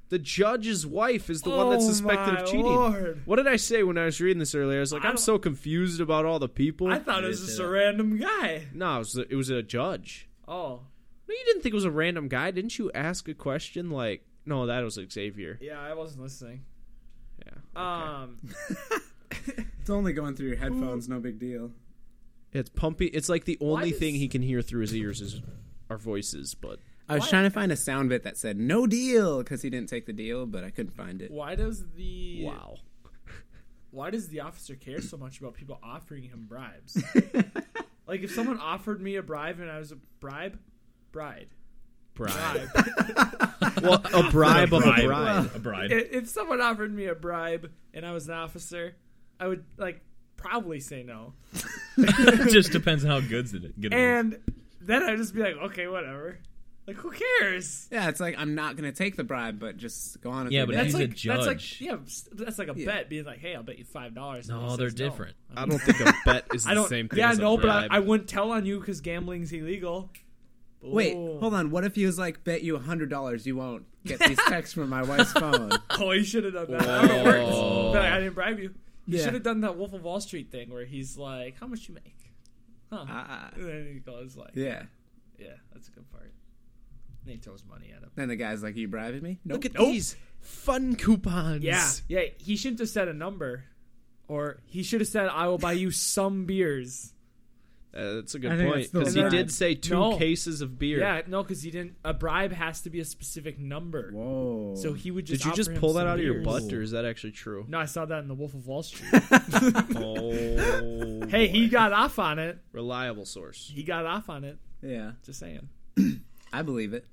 [SPEAKER 1] The judge's wife is the one that's
[SPEAKER 2] Oh
[SPEAKER 1] suspected
[SPEAKER 2] my
[SPEAKER 1] of cheating.
[SPEAKER 2] lord.
[SPEAKER 1] What did I say when I was reading this earlier? I was like,
[SPEAKER 2] I
[SPEAKER 1] I'm
[SPEAKER 2] don't-
[SPEAKER 1] so confused about all the people.
[SPEAKER 2] I thought it was just a random guy.
[SPEAKER 1] No, it was, it was a judge.
[SPEAKER 2] Oh,
[SPEAKER 1] No, you didn't think it was a random guy. Didn't you ask a question like, no, that was Xavier?
[SPEAKER 2] yeah, I wasn't listening.
[SPEAKER 1] Yeah.
[SPEAKER 2] Um,
[SPEAKER 3] It's only going through your headphones. No big deal.
[SPEAKER 1] It's pumping. It's like the only
[SPEAKER 2] does-
[SPEAKER 1] thing he can hear through his ears is our voices, but
[SPEAKER 3] I was
[SPEAKER 2] Why-
[SPEAKER 3] trying to find a sound bit that said "no deal" because he didn't take the deal, but I couldn't find it.
[SPEAKER 2] why does the
[SPEAKER 1] wow.
[SPEAKER 2] why does the officer care so much about people offering him bribes? like if someone offered me a bribe and I was a bribe, bride.
[SPEAKER 1] Bribe. well, a bribe of a bride.
[SPEAKER 4] A bride.
[SPEAKER 2] I- If someone offered me a bribe and I was an officer, I would like probably say no.
[SPEAKER 4] just depends on how good's it. Good it is.
[SPEAKER 2] And then I'd just be like, okay, whatever. Like who cares?
[SPEAKER 3] Yeah, it's like I'm not gonna take the bribe, but just go on. With
[SPEAKER 4] Yeah,
[SPEAKER 3] your
[SPEAKER 4] but
[SPEAKER 3] day.
[SPEAKER 4] he's
[SPEAKER 2] That's
[SPEAKER 4] a
[SPEAKER 2] like that's like
[SPEAKER 4] judge.
[SPEAKER 2] yeah, that's like a
[SPEAKER 3] Yeah.
[SPEAKER 2] bet. Being like, hey, I'll bet you five dollars.
[SPEAKER 4] No, Oh, they're different.
[SPEAKER 1] I don't think a bet is
[SPEAKER 2] I
[SPEAKER 1] the
[SPEAKER 2] don't.
[SPEAKER 1] same thing
[SPEAKER 2] yeah,
[SPEAKER 1] as a
[SPEAKER 2] no, but I,
[SPEAKER 1] bribe.
[SPEAKER 2] I wouldn't tell on you because gambling's illegal.
[SPEAKER 3] Wait,
[SPEAKER 2] Ooh.
[SPEAKER 3] hold on. What if he was like, bet you $100 you won't get these texts from my wife's phone?
[SPEAKER 2] Oh, he should have done that. That would've
[SPEAKER 4] Whoa.
[SPEAKER 2] worked. But I, I didn't bribe you. You
[SPEAKER 3] Yeah.
[SPEAKER 2] should have done that Wolf of Wall Street thing where he's like, "How much you make?" Huh?
[SPEAKER 3] Ah.
[SPEAKER 2] and then he goes like, "Yeah,
[SPEAKER 3] Yeah.
[SPEAKER 2] that's a good part." And he throws money at him.
[SPEAKER 3] Then the guy's like, you bribing me? Nope.
[SPEAKER 1] Look at
[SPEAKER 2] Nope.
[SPEAKER 1] these fun coupons.
[SPEAKER 2] Yeah, yeah. He shouldn't have said a number, or he should have said, "I will buy you some beers."
[SPEAKER 1] Uh, that's a
[SPEAKER 3] I
[SPEAKER 1] good
[SPEAKER 3] think
[SPEAKER 1] point
[SPEAKER 3] that's the
[SPEAKER 1] because he
[SPEAKER 2] vibe.
[SPEAKER 1] did say two
[SPEAKER 2] No.
[SPEAKER 1] cases of beer.
[SPEAKER 2] Yeah, no, because he didn't. A bribe has to be a specific number.
[SPEAKER 3] Whoa.
[SPEAKER 2] So he would just.
[SPEAKER 1] Did you
[SPEAKER 2] offer
[SPEAKER 1] just
[SPEAKER 2] him
[SPEAKER 1] pull that
[SPEAKER 2] some
[SPEAKER 1] out of your
[SPEAKER 2] beers.
[SPEAKER 1] butt, or is that actually true?
[SPEAKER 2] No, I saw that in The Wolf of Wall Street.
[SPEAKER 1] Oh,
[SPEAKER 2] hey, he got off on it.
[SPEAKER 1] reliable source.
[SPEAKER 2] He got off on it.
[SPEAKER 3] Yeah.
[SPEAKER 2] Just saying.
[SPEAKER 3] I believe it.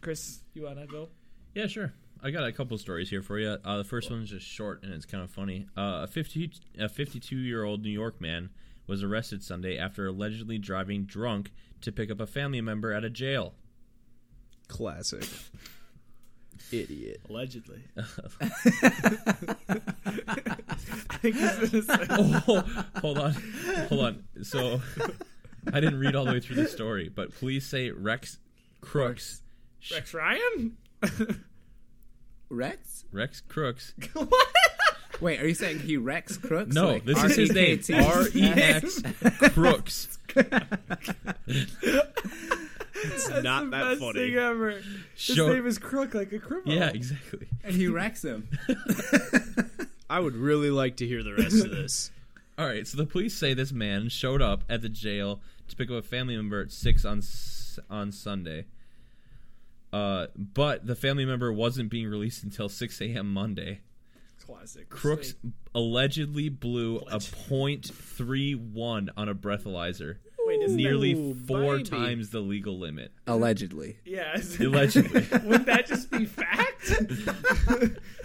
[SPEAKER 2] Chris, you wanna go?
[SPEAKER 4] Yeah, sure. I got a couple stories here for you. Uh, the first one's just short and it's kind of funny. Uh, a 50, a 52 year old New York man was arrested Sunday after allegedly driving drunk to pick up a family member at a jail.
[SPEAKER 1] Classic. Idiot.
[SPEAKER 2] Allegedly. I think this is
[SPEAKER 4] oh, hold on, hold on. So, I didn't read all the way through the story, but police say Rex Crooks,
[SPEAKER 2] Rex Ryan?
[SPEAKER 3] Rex?
[SPEAKER 4] Rex Crooks.
[SPEAKER 2] what?
[SPEAKER 3] Wait, are you saying he Rex Crooks?
[SPEAKER 4] No,
[SPEAKER 3] Like,
[SPEAKER 4] this is his name.
[SPEAKER 3] R-E-K-T.
[SPEAKER 4] R E X Crooks.
[SPEAKER 1] It's
[SPEAKER 2] That's the
[SPEAKER 1] not that
[SPEAKER 2] best thing
[SPEAKER 1] funny.
[SPEAKER 2] ever. His
[SPEAKER 4] Show-
[SPEAKER 2] name is Crook like a criminal.
[SPEAKER 4] E yeah, exactly.
[SPEAKER 3] And he wrecks him.
[SPEAKER 1] I would really like to hear the rest of this.
[SPEAKER 4] All right, so the police say this man showed up at the jail to pick up a family member at six on S- on Sunday. Uh, but the family member wasn't being released until 6 a.m. Monday.
[SPEAKER 2] Classic.
[SPEAKER 4] Crooks
[SPEAKER 2] Wait,
[SPEAKER 4] allegedly blew a .31 on a breathalyzer,
[SPEAKER 2] Wait, isn't that-
[SPEAKER 4] nearly
[SPEAKER 1] Ooh,
[SPEAKER 4] four
[SPEAKER 1] baby.
[SPEAKER 4] times the legal limit.
[SPEAKER 3] Allegedly.
[SPEAKER 2] Yeah. is-
[SPEAKER 4] Allegedly.
[SPEAKER 2] Wouldn't that just be fact?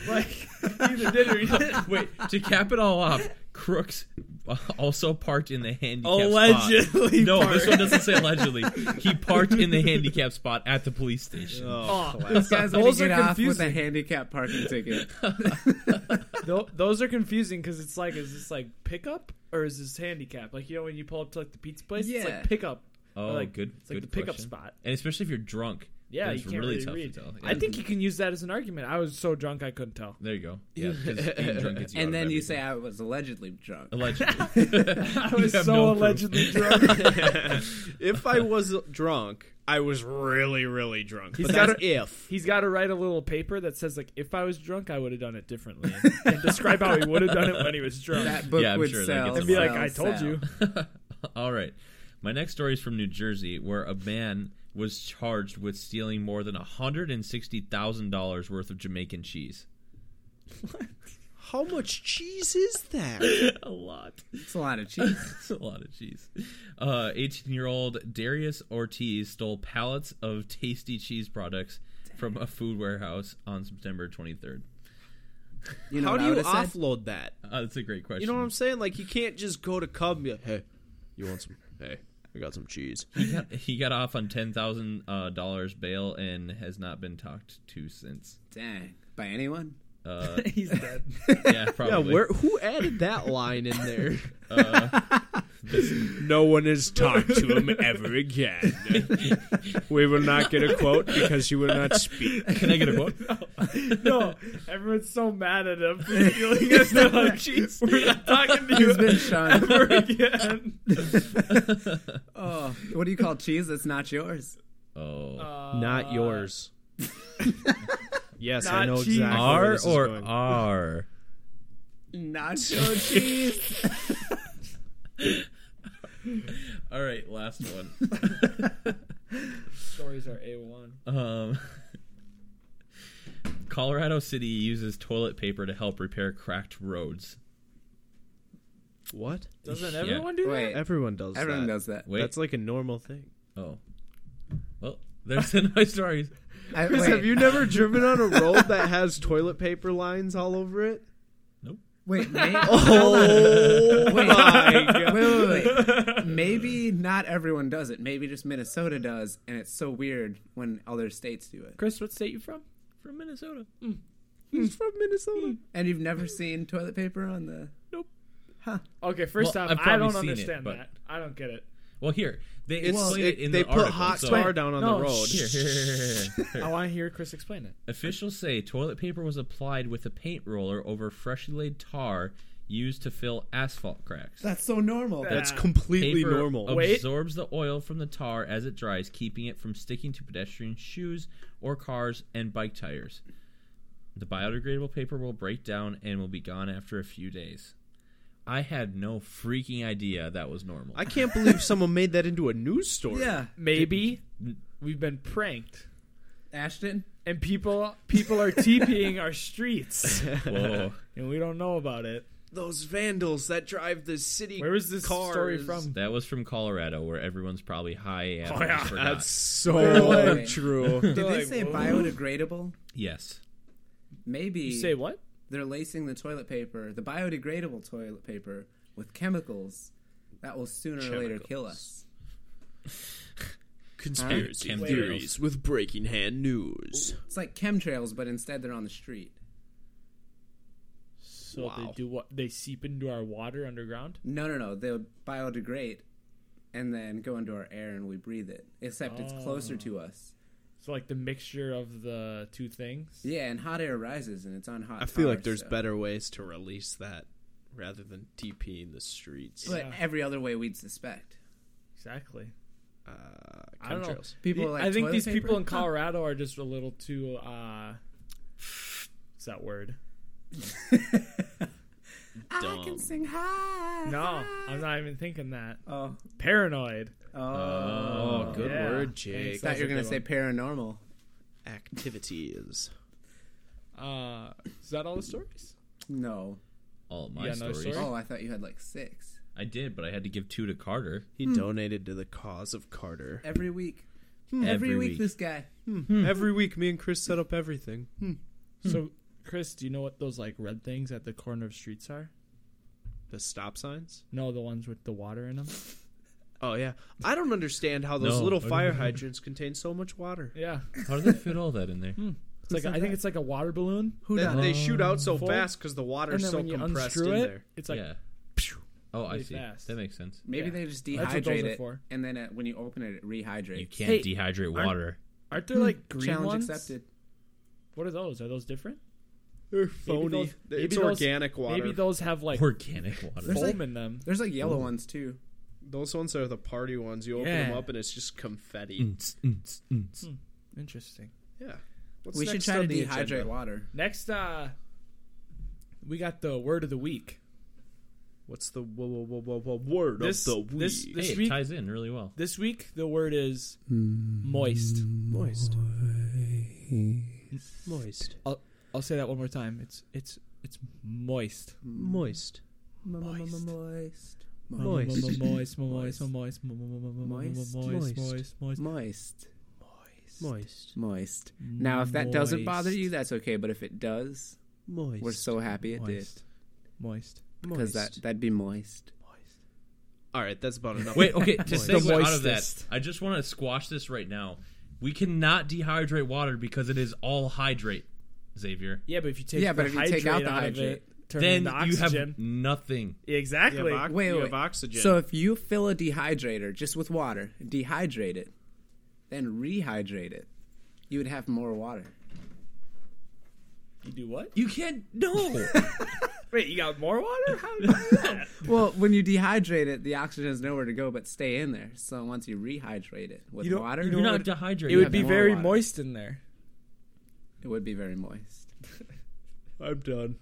[SPEAKER 2] like, he either did or he didn't.
[SPEAKER 4] Wait, to cap it all off, Crooks also parked in the handicap spot.
[SPEAKER 2] Allegedly
[SPEAKER 4] No, this
[SPEAKER 2] parked.
[SPEAKER 4] one doesn't say allegedly. He parked in the handicap spot at the police station.
[SPEAKER 1] Oh,
[SPEAKER 2] Aw.
[SPEAKER 1] classic.
[SPEAKER 3] Guys, let me
[SPEAKER 2] Those are
[SPEAKER 3] get off with a
[SPEAKER 2] confusing.
[SPEAKER 3] handicap parking ticket.
[SPEAKER 2] Tho- those are confusing because it's like, is this like pickup or is this handicap? Like you know when you pull up to like the pizza place, it's
[SPEAKER 3] Yeah.
[SPEAKER 2] like pickup.
[SPEAKER 4] Oh,
[SPEAKER 2] Or, like,
[SPEAKER 4] good.
[SPEAKER 2] It's like
[SPEAKER 4] good
[SPEAKER 2] the pickup
[SPEAKER 4] question.
[SPEAKER 2] spot.
[SPEAKER 4] and especially if you're drunk.
[SPEAKER 2] Yeah,
[SPEAKER 4] that's
[SPEAKER 2] you can't
[SPEAKER 4] really,
[SPEAKER 2] really,
[SPEAKER 4] tough
[SPEAKER 2] read.
[SPEAKER 4] to tell.
[SPEAKER 2] I
[SPEAKER 4] Yeah.
[SPEAKER 2] think you can use that as an argument. I was so drunk I couldn't tell.
[SPEAKER 4] there you go. Yeah, 'cause being drunk gets you out
[SPEAKER 3] and
[SPEAKER 4] of
[SPEAKER 3] then you
[SPEAKER 4] everything.
[SPEAKER 3] say I was allegedly drunk.
[SPEAKER 4] allegedly.
[SPEAKER 2] I
[SPEAKER 4] You
[SPEAKER 2] was
[SPEAKER 4] have
[SPEAKER 2] so
[SPEAKER 4] no proof.
[SPEAKER 2] allegedly drunk.
[SPEAKER 1] if I was drunk, I was really, really drunk.
[SPEAKER 2] He's
[SPEAKER 1] but
[SPEAKER 2] got
[SPEAKER 1] that's if.
[SPEAKER 2] He's got to write a little paper that says like, if I was drunk, I would have done it differently, and describe how he would have done it when he was drunk.
[SPEAKER 3] That book
[SPEAKER 4] Yeah, I'm
[SPEAKER 3] would
[SPEAKER 4] sure that
[SPEAKER 3] sell.
[SPEAKER 4] gets
[SPEAKER 2] and be like,
[SPEAKER 3] sell,
[SPEAKER 2] I told
[SPEAKER 3] sell.
[SPEAKER 2] you.
[SPEAKER 4] All right. My next story is from New Jersey, where a man was charged with stealing more than $160,000 worth of Jamaican cheese.
[SPEAKER 1] How much cheese is that?
[SPEAKER 4] a lot.
[SPEAKER 3] It's a lot of cheese.
[SPEAKER 4] That's a lot of cheese. Uh, 18-year-old Darius Ortiz stole pallets of tasty cheese products from a food warehouse on September 23rd.
[SPEAKER 3] You know
[SPEAKER 1] How
[SPEAKER 3] what
[SPEAKER 1] do
[SPEAKER 3] I
[SPEAKER 1] you
[SPEAKER 3] would've said?
[SPEAKER 1] offload that?
[SPEAKER 4] Uh, that's a great question.
[SPEAKER 1] You know what I'm saying? Like you can't just go to Cub and be like, "Hey, you want some? Hey, I got some cheese."
[SPEAKER 4] he, got, he got off on $10,000 uh, dollars bail and has not been talked to since.
[SPEAKER 3] Dang. By anyone?
[SPEAKER 4] Uh,
[SPEAKER 2] He's dead.
[SPEAKER 4] yeah,
[SPEAKER 1] Yeah,
[SPEAKER 4] probably.
[SPEAKER 1] where? Who added that line in there?
[SPEAKER 4] Uh,
[SPEAKER 1] No one has talked to him ever again. we will not get a quote because he will not speak.
[SPEAKER 4] can I get a quote?
[SPEAKER 2] No, everyone's so mad at him. Feeling as though like, "Jeez, we're not talking to you
[SPEAKER 3] He's been shunned.
[SPEAKER 2] ever again.
[SPEAKER 3] oh, what do you call cheese that's not yours?
[SPEAKER 4] Oh.
[SPEAKER 1] Not yours. yes, I
[SPEAKER 2] Not
[SPEAKER 1] know
[SPEAKER 2] cheese.
[SPEAKER 1] exactly. where
[SPEAKER 4] R
[SPEAKER 1] this is
[SPEAKER 4] or
[SPEAKER 1] going.
[SPEAKER 4] R?
[SPEAKER 3] Nacho cheese.
[SPEAKER 4] All right, last one.
[SPEAKER 2] Stories are a one.
[SPEAKER 4] Um, Colorado City uses toilet paper to help repair cracked roads.
[SPEAKER 1] What?
[SPEAKER 2] Doesn't
[SPEAKER 4] Yeah.
[SPEAKER 2] everyone do that?
[SPEAKER 3] Wait,
[SPEAKER 1] Everyone does.
[SPEAKER 3] everyone
[SPEAKER 1] that.
[SPEAKER 3] does that.
[SPEAKER 4] Wait,
[SPEAKER 1] That's like a normal thing.
[SPEAKER 4] oh, well, there's in my stories.
[SPEAKER 3] I,
[SPEAKER 1] Chris,
[SPEAKER 3] wait,
[SPEAKER 1] have you never driven on a road that has toilet paper lines all over it?
[SPEAKER 3] wait, may-
[SPEAKER 1] Oh
[SPEAKER 3] Wait.
[SPEAKER 1] my god!
[SPEAKER 3] wait, wait, wait. Maybe not everyone does it. Maybe just Minnesota does, and it's so weird when other states do it.
[SPEAKER 2] Chris, what state you from?
[SPEAKER 4] From Minnesota.
[SPEAKER 1] He's from Minnesota.
[SPEAKER 3] And you've never seen toilet paper on the.
[SPEAKER 2] Okay, first
[SPEAKER 4] Well,
[SPEAKER 2] off,
[SPEAKER 4] I've
[SPEAKER 2] I
[SPEAKER 4] probably
[SPEAKER 2] don't
[SPEAKER 4] seen it,
[SPEAKER 2] understand
[SPEAKER 4] but-
[SPEAKER 2] that. I don't get it.
[SPEAKER 4] Well, here they
[SPEAKER 1] It's,
[SPEAKER 4] explain it
[SPEAKER 1] it-
[SPEAKER 4] in
[SPEAKER 1] they
[SPEAKER 4] the
[SPEAKER 1] put
[SPEAKER 4] article,
[SPEAKER 1] hot
[SPEAKER 4] so-
[SPEAKER 1] star down on
[SPEAKER 2] No,
[SPEAKER 1] the road.
[SPEAKER 4] Here, here, here, here, here, here.
[SPEAKER 2] I want to hear Chris explain it.
[SPEAKER 4] Officials say toilet paper was applied with a paint roller over freshly laid tar used to fill asphalt cracks.
[SPEAKER 3] That's so normal.
[SPEAKER 1] That's
[SPEAKER 2] Ah.
[SPEAKER 1] completely
[SPEAKER 4] paper
[SPEAKER 1] normal.
[SPEAKER 2] Wait.
[SPEAKER 4] absorbs the oil from the tar as it dries, keeping it from sticking to pedestrian shoes or cars and bike tires. The biodegradable paper will break down and will be gone after a few days. I had no freaking idea that was normal.
[SPEAKER 1] I can't believe someone made that into a news story.
[SPEAKER 3] yeah,
[SPEAKER 2] Maybe we've been pranked,
[SPEAKER 3] Ashton.
[SPEAKER 2] and people people are TPing our streets,
[SPEAKER 4] Whoa.
[SPEAKER 2] and we don't know about it.
[SPEAKER 1] Those vandals that drive the city.
[SPEAKER 2] Where was this
[SPEAKER 1] cars.
[SPEAKER 2] story from?
[SPEAKER 4] That was from Colorado, where everyone's probably high. And
[SPEAKER 2] Oh, yeah.
[SPEAKER 4] forgot.
[SPEAKER 1] That's so
[SPEAKER 3] Really?
[SPEAKER 1] true.
[SPEAKER 3] Did they
[SPEAKER 2] like,
[SPEAKER 3] say
[SPEAKER 2] whoa.
[SPEAKER 3] biodegradable?
[SPEAKER 4] yes.
[SPEAKER 3] Maybe
[SPEAKER 2] You say what?
[SPEAKER 3] they're lacing the toilet paper, the biodegradable toilet paper, with chemicals that will sooner or later kill us.
[SPEAKER 1] Conspiracy
[SPEAKER 4] Chemtrails.
[SPEAKER 1] theories with breaking hand news.
[SPEAKER 3] It's like chemtrails, but instead they're on the street.
[SPEAKER 2] So
[SPEAKER 1] Wow.
[SPEAKER 2] they do what? They seep into our water underground.
[SPEAKER 3] No, no, no. They'll biodegrade and then go into our air and we breathe it. Except it's closer to us.
[SPEAKER 2] So like the mixture of the two things.
[SPEAKER 3] Yeah, and hot air rises and it's on hot.
[SPEAKER 1] I feel
[SPEAKER 3] tar,
[SPEAKER 1] like there's
[SPEAKER 3] so-
[SPEAKER 1] better ways to release that rather than TPing the streets.
[SPEAKER 3] But
[SPEAKER 2] Yeah.
[SPEAKER 3] every other way we'd suspect.
[SPEAKER 2] Exactly.
[SPEAKER 1] uh,
[SPEAKER 2] I don't know.
[SPEAKER 1] chemtrails.
[SPEAKER 3] People
[SPEAKER 2] The-
[SPEAKER 3] are like
[SPEAKER 2] I think
[SPEAKER 3] toilet
[SPEAKER 2] these
[SPEAKER 3] paper?
[SPEAKER 2] people in
[SPEAKER 3] Huh.
[SPEAKER 2] Colorado are just a little too. uh What's that word?
[SPEAKER 1] Dumb.
[SPEAKER 3] sing high.
[SPEAKER 2] No, I'm not even thinking that.
[SPEAKER 3] Oh,
[SPEAKER 2] Paranoid.
[SPEAKER 3] oh.
[SPEAKER 1] Oh, good
[SPEAKER 2] Yeah.
[SPEAKER 1] word,
[SPEAKER 2] Thanks.
[SPEAKER 1] Jake.
[SPEAKER 3] thought you were gonna
[SPEAKER 2] That's a
[SPEAKER 3] say paranormal.
[SPEAKER 1] Activities.
[SPEAKER 2] Uh, is that all the stories?
[SPEAKER 3] No.
[SPEAKER 4] All my
[SPEAKER 2] Yeah, no
[SPEAKER 4] stories.
[SPEAKER 2] story?
[SPEAKER 3] Oh, I thought you had like six
[SPEAKER 4] I did, but I had to give two to Carter.
[SPEAKER 1] He donated to the cause of Carter.
[SPEAKER 3] every week. Hmm.
[SPEAKER 4] Every
[SPEAKER 3] week,
[SPEAKER 4] week.
[SPEAKER 3] this guy.
[SPEAKER 1] Every week, me and Chris set up everything.
[SPEAKER 3] Hmm.
[SPEAKER 2] So, Chris, do you know what those like red things at the corner of streets are?
[SPEAKER 1] The stop signs?
[SPEAKER 2] No, the ones with the water in them.
[SPEAKER 1] Oh, yeah. I don't understand how those
[SPEAKER 4] No.
[SPEAKER 1] little fire hydrants contain so much water.
[SPEAKER 2] Yeah,
[SPEAKER 4] How did they fit all that in there?
[SPEAKER 2] it's like a, I think it's like a water balloon,
[SPEAKER 3] Who
[SPEAKER 1] They,
[SPEAKER 3] does?
[SPEAKER 1] they shoot out so
[SPEAKER 2] Full.
[SPEAKER 1] fast because the
[SPEAKER 2] and
[SPEAKER 1] water's
[SPEAKER 2] then
[SPEAKER 1] so
[SPEAKER 2] when you
[SPEAKER 1] compressed
[SPEAKER 2] unscrew
[SPEAKER 1] in
[SPEAKER 2] it,
[SPEAKER 1] there.
[SPEAKER 2] it's like
[SPEAKER 4] yeah. Oh, I
[SPEAKER 2] really
[SPEAKER 4] see.
[SPEAKER 2] fast.
[SPEAKER 4] That makes sense.
[SPEAKER 3] Maybe
[SPEAKER 2] Yeah.
[SPEAKER 3] they just
[SPEAKER 2] That's what those
[SPEAKER 3] dehydrate
[SPEAKER 2] are
[SPEAKER 3] it,
[SPEAKER 2] for.
[SPEAKER 3] and then it, when you open it, it
[SPEAKER 4] You
[SPEAKER 3] rehydrates.
[SPEAKER 4] can't
[SPEAKER 2] Hey,
[SPEAKER 4] dehydrate
[SPEAKER 2] aren't-
[SPEAKER 4] water.
[SPEAKER 2] aren't there like green
[SPEAKER 3] Challenge
[SPEAKER 2] ones?
[SPEAKER 3] accepted.
[SPEAKER 2] Hmm. What are those? Are those different?
[SPEAKER 1] They're
[SPEAKER 2] Maybe
[SPEAKER 1] phony.
[SPEAKER 2] those- maybe
[SPEAKER 1] it's
[SPEAKER 2] those-
[SPEAKER 1] organic water.
[SPEAKER 2] Maybe those have like
[SPEAKER 4] Organic water.
[SPEAKER 3] There's
[SPEAKER 2] foam
[SPEAKER 3] like-
[SPEAKER 2] in them.
[SPEAKER 3] There's like yellow ones too.
[SPEAKER 1] those ones are the party ones. You open
[SPEAKER 2] Yeah.
[SPEAKER 1] them up and it's just confetti.
[SPEAKER 4] Mm,
[SPEAKER 2] Interesting.
[SPEAKER 1] Yeah. What's
[SPEAKER 3] We should
[SPEAKER 1] next
[SPEAKER 3] try to
[SPEAKER 1] on the
[SPEAKER 3] dehydrate
[SPEAKER 1] agenda?
[SPEAKER 3] water.
[SPEAKER 2] Next, uh, we got the word of the week.
[SPEAKER 1] What's the wo- wo- wo- wo- wo- word
[SPEAKER 2] This-
[SPEAKER 1] of the week?
[SPEAKER 2] this-
[SPEAKER 4] Hey,
[SPEAKER 2] This
[SPEAKER 4] it
[SPEAKER 2] week-
[SPEAKER 4] ties in really well.
[SPEAKER 2] This week, the word is
[SPEAKER 1] Hmm.
[SPEAKER 2] moist.
[SPEAKER 1] moist. Moist.
[SPEAKER 2] I'll, I'll say that one more time. It's it's it's moist.
[SPEAKER 1] Moist.
[SPEAKER 3] Moist.
[SPEAKER 1] Moist.
[SPEAKER 2] Mo- mo- Moist. mo- Moist. mo- Moist. mo- mo- mo- mo- mo-
[SPEAKER 3] Moist.
[SPEAKER 2] mo- Moist. Moist. Moist.
[SPEAKER 3] Moist.
[SPEAKER 1] Moist.
[SPEAKER 3] Moist. Now, if that doesn't bother
[SPEAKER 2] Moist.
[SPEAKER 3] you, that's okay. But if it does,
[SPEAKER 1] Moist.
[SPEAKER 3] we're so happy it did
[SPEAKER 2] Moist. Moist.
[SPEAKER 3] because that that'd be moist.
[SPEAKER 1] All right, that's about enough.
[SPEAKER 4] Wait, okay, to
[SPEAKER 1] Moist.
[SPEAKER 4] segue
[SPEAKER 2] The
[SPEAKER 4] out of that,
[SPEAKER 2] moistest.
[SPEAKER 4] I just want to squash this right now. We cannot dehydrate water because it is all hydrate, Xavier.
[SPEAKER 2] Yeah, but if you take
[SPEAKER 3] Yeah, but
[SPEAKER 2] the
[SPEAKER 3] if you take out the
[SPEAKER 2] hydrate out of
[SPEAKER 3] hydrate,
[SPEAKER 2] it, turn it
[SPEAKER 4] Then
[SPEAKER 2] into
[SPEAKER 4] you
[SPEAKER 2] oxygen.
[SPEAKER 4] have nothing.
[SPEAKER 1] You have,
[SPEAKER 2] exactly.
[SPEAKER 1] ox-
[SPEAKER 3] Wait,
[SPEAKER 1] you
[SPEAKER 3] wait.
[SPEAKER 1] have oxygen.
[SPEAKER 3] So if you fill a dehydrator just with water, dehydrate it, then rehydrate it, you would have more water.
[SPEAKER 2] You do what?
[SPEAKER 4] You can't. No.
[SPEAKER 2] Wait, you got more water? How do you do that?
[SPEAKER 3] Well, when you dehydrate it, the oxygen has nowhere to go but stay in there. So once you rehydrate it with
[SPEAKER 2] You don't-
[SPEAKER 3] water,
[SPEAKER 2] you
[SPEAKER 4] You're
[SPEAKER 2] don't-
[SPEAKER 4] not dehydrating.
[SPEAKER 2] It would be
[SPEAKER 3] more
[SPEAKER 2] very
[SPEAKER 3] water.
[SPEAKER 2] moist in there.
[SPEAKER 3] it would be very moist.
[SPEAKER 1] I'm done.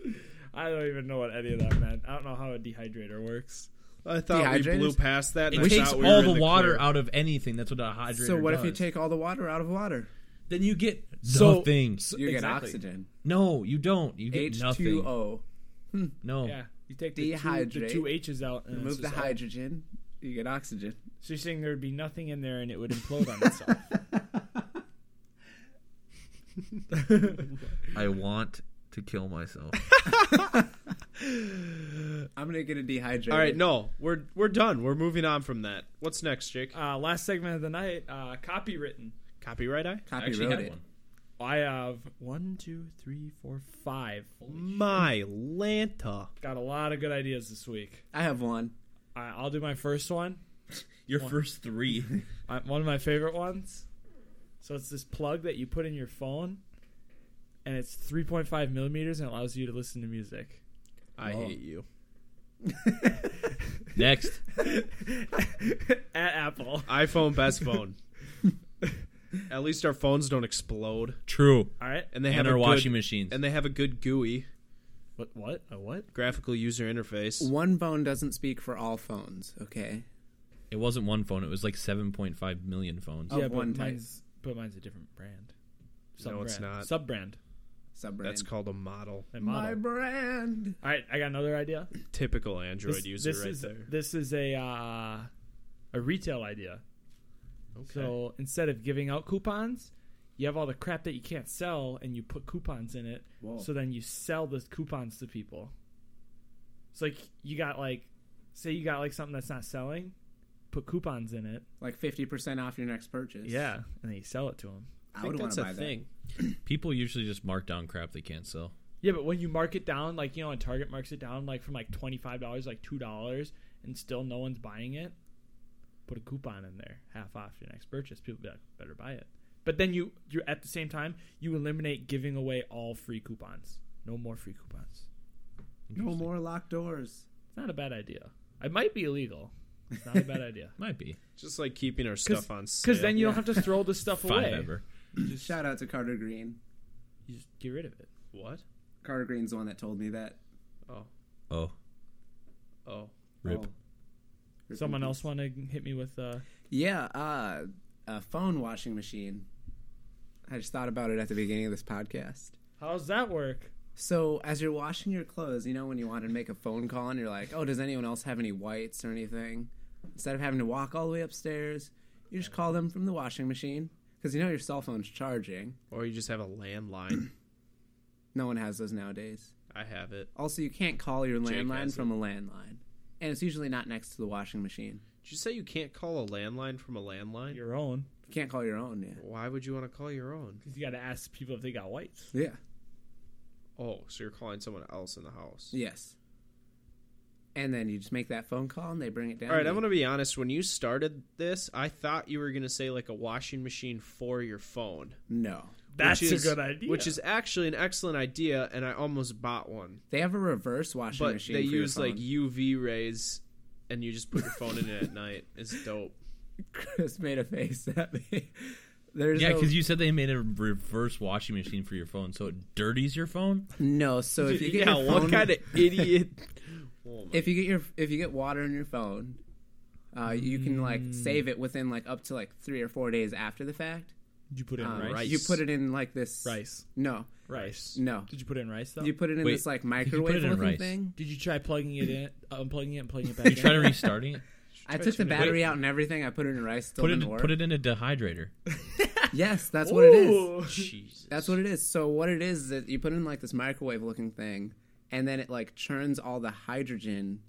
[SPEAKER 2] I don't even know what any of that meant. I don't know how a dehydrator works.
[SPEAKER 1] I thought we
[SPEAKER 3] Dehydrated?
[SPEAKER 1] blew past that.
[SPEAKER 4] It
[SPEAKER 1] and I
[SPEAKER 4] takes
[SPEAKER 1] thought we
[SPEAKER 4] all
[SPEAKER 1] were in
[SPEAKER 4] the water
[SPEAKER 1] clear.
[SPEAKER 4] out of anything. That's what a hydrator
[SPEAKER 3] So what if you
[SPEAKER 4] does.
[SPEAKER 3] take all the water out of water?
[SPEAKER 4] Then you get
[SPEAKER 2] So-
[SPEAKER 4] nothing.
[SPEAKER 2] So-
[SPEAKER 3] You get
[SPEAKER 2] Exactly.
[SPEAKER 3] oxygen.
[SPEAKER 4] no, you don't. You get
[SPEAKER 3] H two
[SPEAKER 4] nothing.
[SPEAKER 3] O.
[SPEAKER 4] No.
[SPEAKER 2] Yeah, you take the two, the
[SPEAKER 3] Dehydrate.
[SPEAKER 2] two H's out and it's
[SPEAKER 3] Remove the
[SPEAKER 2] just all-
[SPEAKER 3] hydrogen, you get oxygen.
[SPEAKER 2] So you're saying there would be nothing in there and it would implode on itself.
[SPEAKER 4] I want to kill myself.
[SPEAKER 3] I'm gonna get a dehydrator.
[SPEAKER 1] All right, no, we're we're done. We're moving on from that. What's next, Jake?
[SPEAKER 2] uh, last segment of the night, uh, copywritten.
[SPEAKER 1] Copyright eye.
[SPEAKER 4] I
[SPEAKER 3] copy
[SPEAKER 4] actually
[SPEAKER 3] wrote
[SPEAKER 4] had
[SPEAKER 3] it.
[SPEAKER 4] one.
[SPEAKER 2] I have one, two, three, four, five.
[SPEAKER 1] My Lanta.
[SPEAKER 2] Got a lot of good ideas this week.
[SPEAKER 3] I have one.
[SPEAKER 2] I, I'll do my first one.
[SPEAKER 4] Your first three.
[SPEAKER 2] I, one of my favorite ones. So it's this plug that you put in your phone, and it's 3.5 millimeters and allows you to listen to music.
[SPEAKER 1] I
[SPEAKER 4] Oh.
[SPEAKER 1] hate you.
[SPEAKER 4] Next.
[SPEAKER 2] At Apple,
[SPEAKER 1] iPhone, best phone. At least our phones don't explode,
[SPEAKER 4] True.
[SPEAKER 2] all right.
[SPEAKER 1] and they have
[SPEAKER 4] And
[SPEAKER 1] a
[SPEAKER 4] our
[SPEAKER 1] good,
[SPEAKER 4] washing machines.
[SPEAKER 1] and they have a good GUI,
[SPEAKER 2] What? What? A what?
[SPEAKER 1] graphical user interface.
[SPEAKER 3] One phone doesn't speak for all phones, okay?
[SPEAKER 4] It wasn't one phone. It was like 7.5 million phones.
[SPEAKER 3] Of
[SPEAKER 2] yeah, but
[SPEAKER 3] one type.
[SPEAKER 2] mine's but mine's a different brand. Sub
[SPEAKER 1] No, it's not.
[SPEAKER 2] Sub brand.
[SPEAKER 3] Sub
[SPEAKER 1] That's called a model.
[SPEAKER 3] my brand.
[SPEAKER 2] All right, I got another idea.
[SPEAKER 1] Typical Android
[SPEAKER 2] This-
[SPEAKER 1] user
[SPEAKER 2] this
[SPEAKER 1] right
[SPEAKER 2] is,
[SPEAKER 1] there.
[SPEAKER 2] This is a uh, a retail idea. So instead of giving out coupons, you have all the crap that you can't sell, and you put coupons in it.
[SPEAKER 3] Whoa.
[SPEAKER 2] So then you sell those coupons to people. It's like you got like, say you got like something that's not selling, put coupons in it.
[SPEAKER 3] Like 50% off your next purchase.
[SPEAKER 2] Yeah, and then you sell it to them.
[SPEAKER 3] I, would
[SPEAKER 1] that's
[SPEAKER 3] want to
[SPEAKER 1] a
[SPEAKER 3] buy that.
[SPEAKER 1] thing.
[SPEAKER 4] People usually just mark down crap they can't sell.
[SPEAKER 2] Yeah, but when you mark it down, like you know, and Target marks it down like from like twenty five dollars, like two dollars, and still no one's buying it, put a coupon in there, half off your next purchase. People be like, better buy it. But then you you at the same time you eliminate giving away all free coupons. No more free coupons.
[SPEAKER 3] No more locked doors.
[SPEAKER 2] It's not a bad idea. It might be illegal. It's not a bad idea
[SPEAKER 4] Might be.
[SPEAKER 1] Just like keeping our
[SPEAKER 2] because
[SPEAKER 1] stuff on sale.
[SPEAKER 2] because then you don't have to throw the stuff
[SPEAKER 4] Five
[SPEAKER 2] away.
[SPEAKER 4] ever.
[SPEAKER 3] Shout out to Carter Green.
[SPEAKER 2] You just get rid of it.
[SPEAKER 1] what?
[SPEAKER 3] Carter Green's the one that told me that.
[SPEAKER 1] Oh,
[SPEAKER 4] Oh.
[SPEAKER 1] oh.
[SPEAKER 4] Rip.
[SPEAKER 3] Oh. Rip
[SPEAKER 2] Someone
[SPEAKER 3] in
[SPEAKER 2] else
[SPEAKER 3] peace.
[SPEAKER 2] want to hit me with uh,
[SPEAKER 3] Yeah, uh, a phone washing machine. I just thought about it at the beginning of this podcast.
[SPEAKER 2] how's that work?
[SPEAKER 3] So as you're washing your clothes, you know when you want to make a phone call and you're like, "Oh, does anyone else have any whites or anything?" Instead of having to walk all the way upstairs, you just call them from the washing machine because you know your cell phone's charging.
[SPEAKER 1] Or you just have a landline.
[SPEAKER 3] No one has those nowadays.
[SPEAKER 1] I have it.
[SPEAKER 3] Also, you can't call your landline
[SPEAKER 1] has
[SPEAKER 3] from a landline, and it's usually not next to the washing machine.
[SPEAKER 1] Did you say you can't call a landline from a landline?
[SPEAKER 2] Your own.
[SPEAKER 3] You can't call your own. Yeah.
[SPEAKER 1] Why would you want to call your own?
[SPEAKER 2] Because you got to ask people if they got whites.
[SPEAKER 3] Yeah.
[SPEAKER 1] Oh, so you're calling someone else in the house.
[SPEAKER 3] Yes. And then you just make that phone call and they bring it down.
[SPEAKER 1] All right,
[SPEAKER 3] to
[SPEAKER 1] I'm
[SPEAKER 3] you.
[SPEAKER 1] going to be honest. When you started this, I thought you were going to say like a washing machine for your phone.
[SPEAKER 3] No.
[SPEAKER 2] That's
[SPEAKER 1] which is,
[SPEAKER 2] a good idea.
[SPEAKER 1] Which is actually an excellent idea, and I almost bought one.
[SPEAKER 3] They have a reverse washing
[SPEAKER 1] But
[SPEAKER 3] machine.
[SPEAKER 1] they
[SPEAKER 3] for your
[SPEAKER 1] use like
[SPEAKER 3] phone.
[SPEAKER 1] UV rays, and you just put your phone in it at night. It's dope.
[SPEAKER 3] Chris made a face at me. There's
[SPEAKER 4] Yeah,
[SPEAKER 3] no-
[SPEAKER 4] because you said they made a reverse washing machine for your phone, so it dirties your phone.
[SPEAKER 3] no. So if you get
[SPEAKER 1] yeah,
[SPEAKER 3] your
[SPEAKER 1] what
[SPEAKER 3] phone-
[SPEAKER 1] kind of idiot? Oh my-
[SPEAKER 3] if you get your if you get water in your phone, uh, you can like save it within like up to like three or four days after the fact.
[SPEAKER 2] Did you put it in
[SPEAKER 3] Um,
[SPEAKER 2] rice?
[SPEAKER 1] rice.
[SPEAKER 3] You put it in like this
[SPEAKER 2] Rice.
[SPEAKER 3] No,
[SPEAKER 2] Rice.
[SPEAKER 3] no.
[SPEAKER 2] Did you put it in rice though?
[SPEAKER 3] You put it in
[SPEAKER 4] Wait,
[SPEAKER 3] this like
[SPEAKER 4] you put it in
[SPEAKER 3] microwave looking
[SPEAKER 4] rice?
[SPEAKER 3] thing.
[SPEAKER 2] Did you try plugging it in, unplugging it, and plugging it back
[SPEAKER 4] You
[SPEAKER 2] in?
[SPEAKER 4] try to restarting it.
[SPEAKER 3] I took the
[SPEAKER 4] Wait.
[SPEAKER 3] battery out and everything. I put it in rice. Still
[SPEAKER 4] Put
[SPEAKER 3] didn't
[SPEAKER 4] it
[SPEAKER 3] work.
[SPEAKER 4] put it in a dehydrator.
[SPEAKER 3] yes, that's what it is.
[SPEAKER 2] Ooh.
[SPEAKER 1] Jesus.
[SPEAKER 3] That's what it is. So what it is is that you put in like this microwave looking thing, and then it like churns all the hydrogen,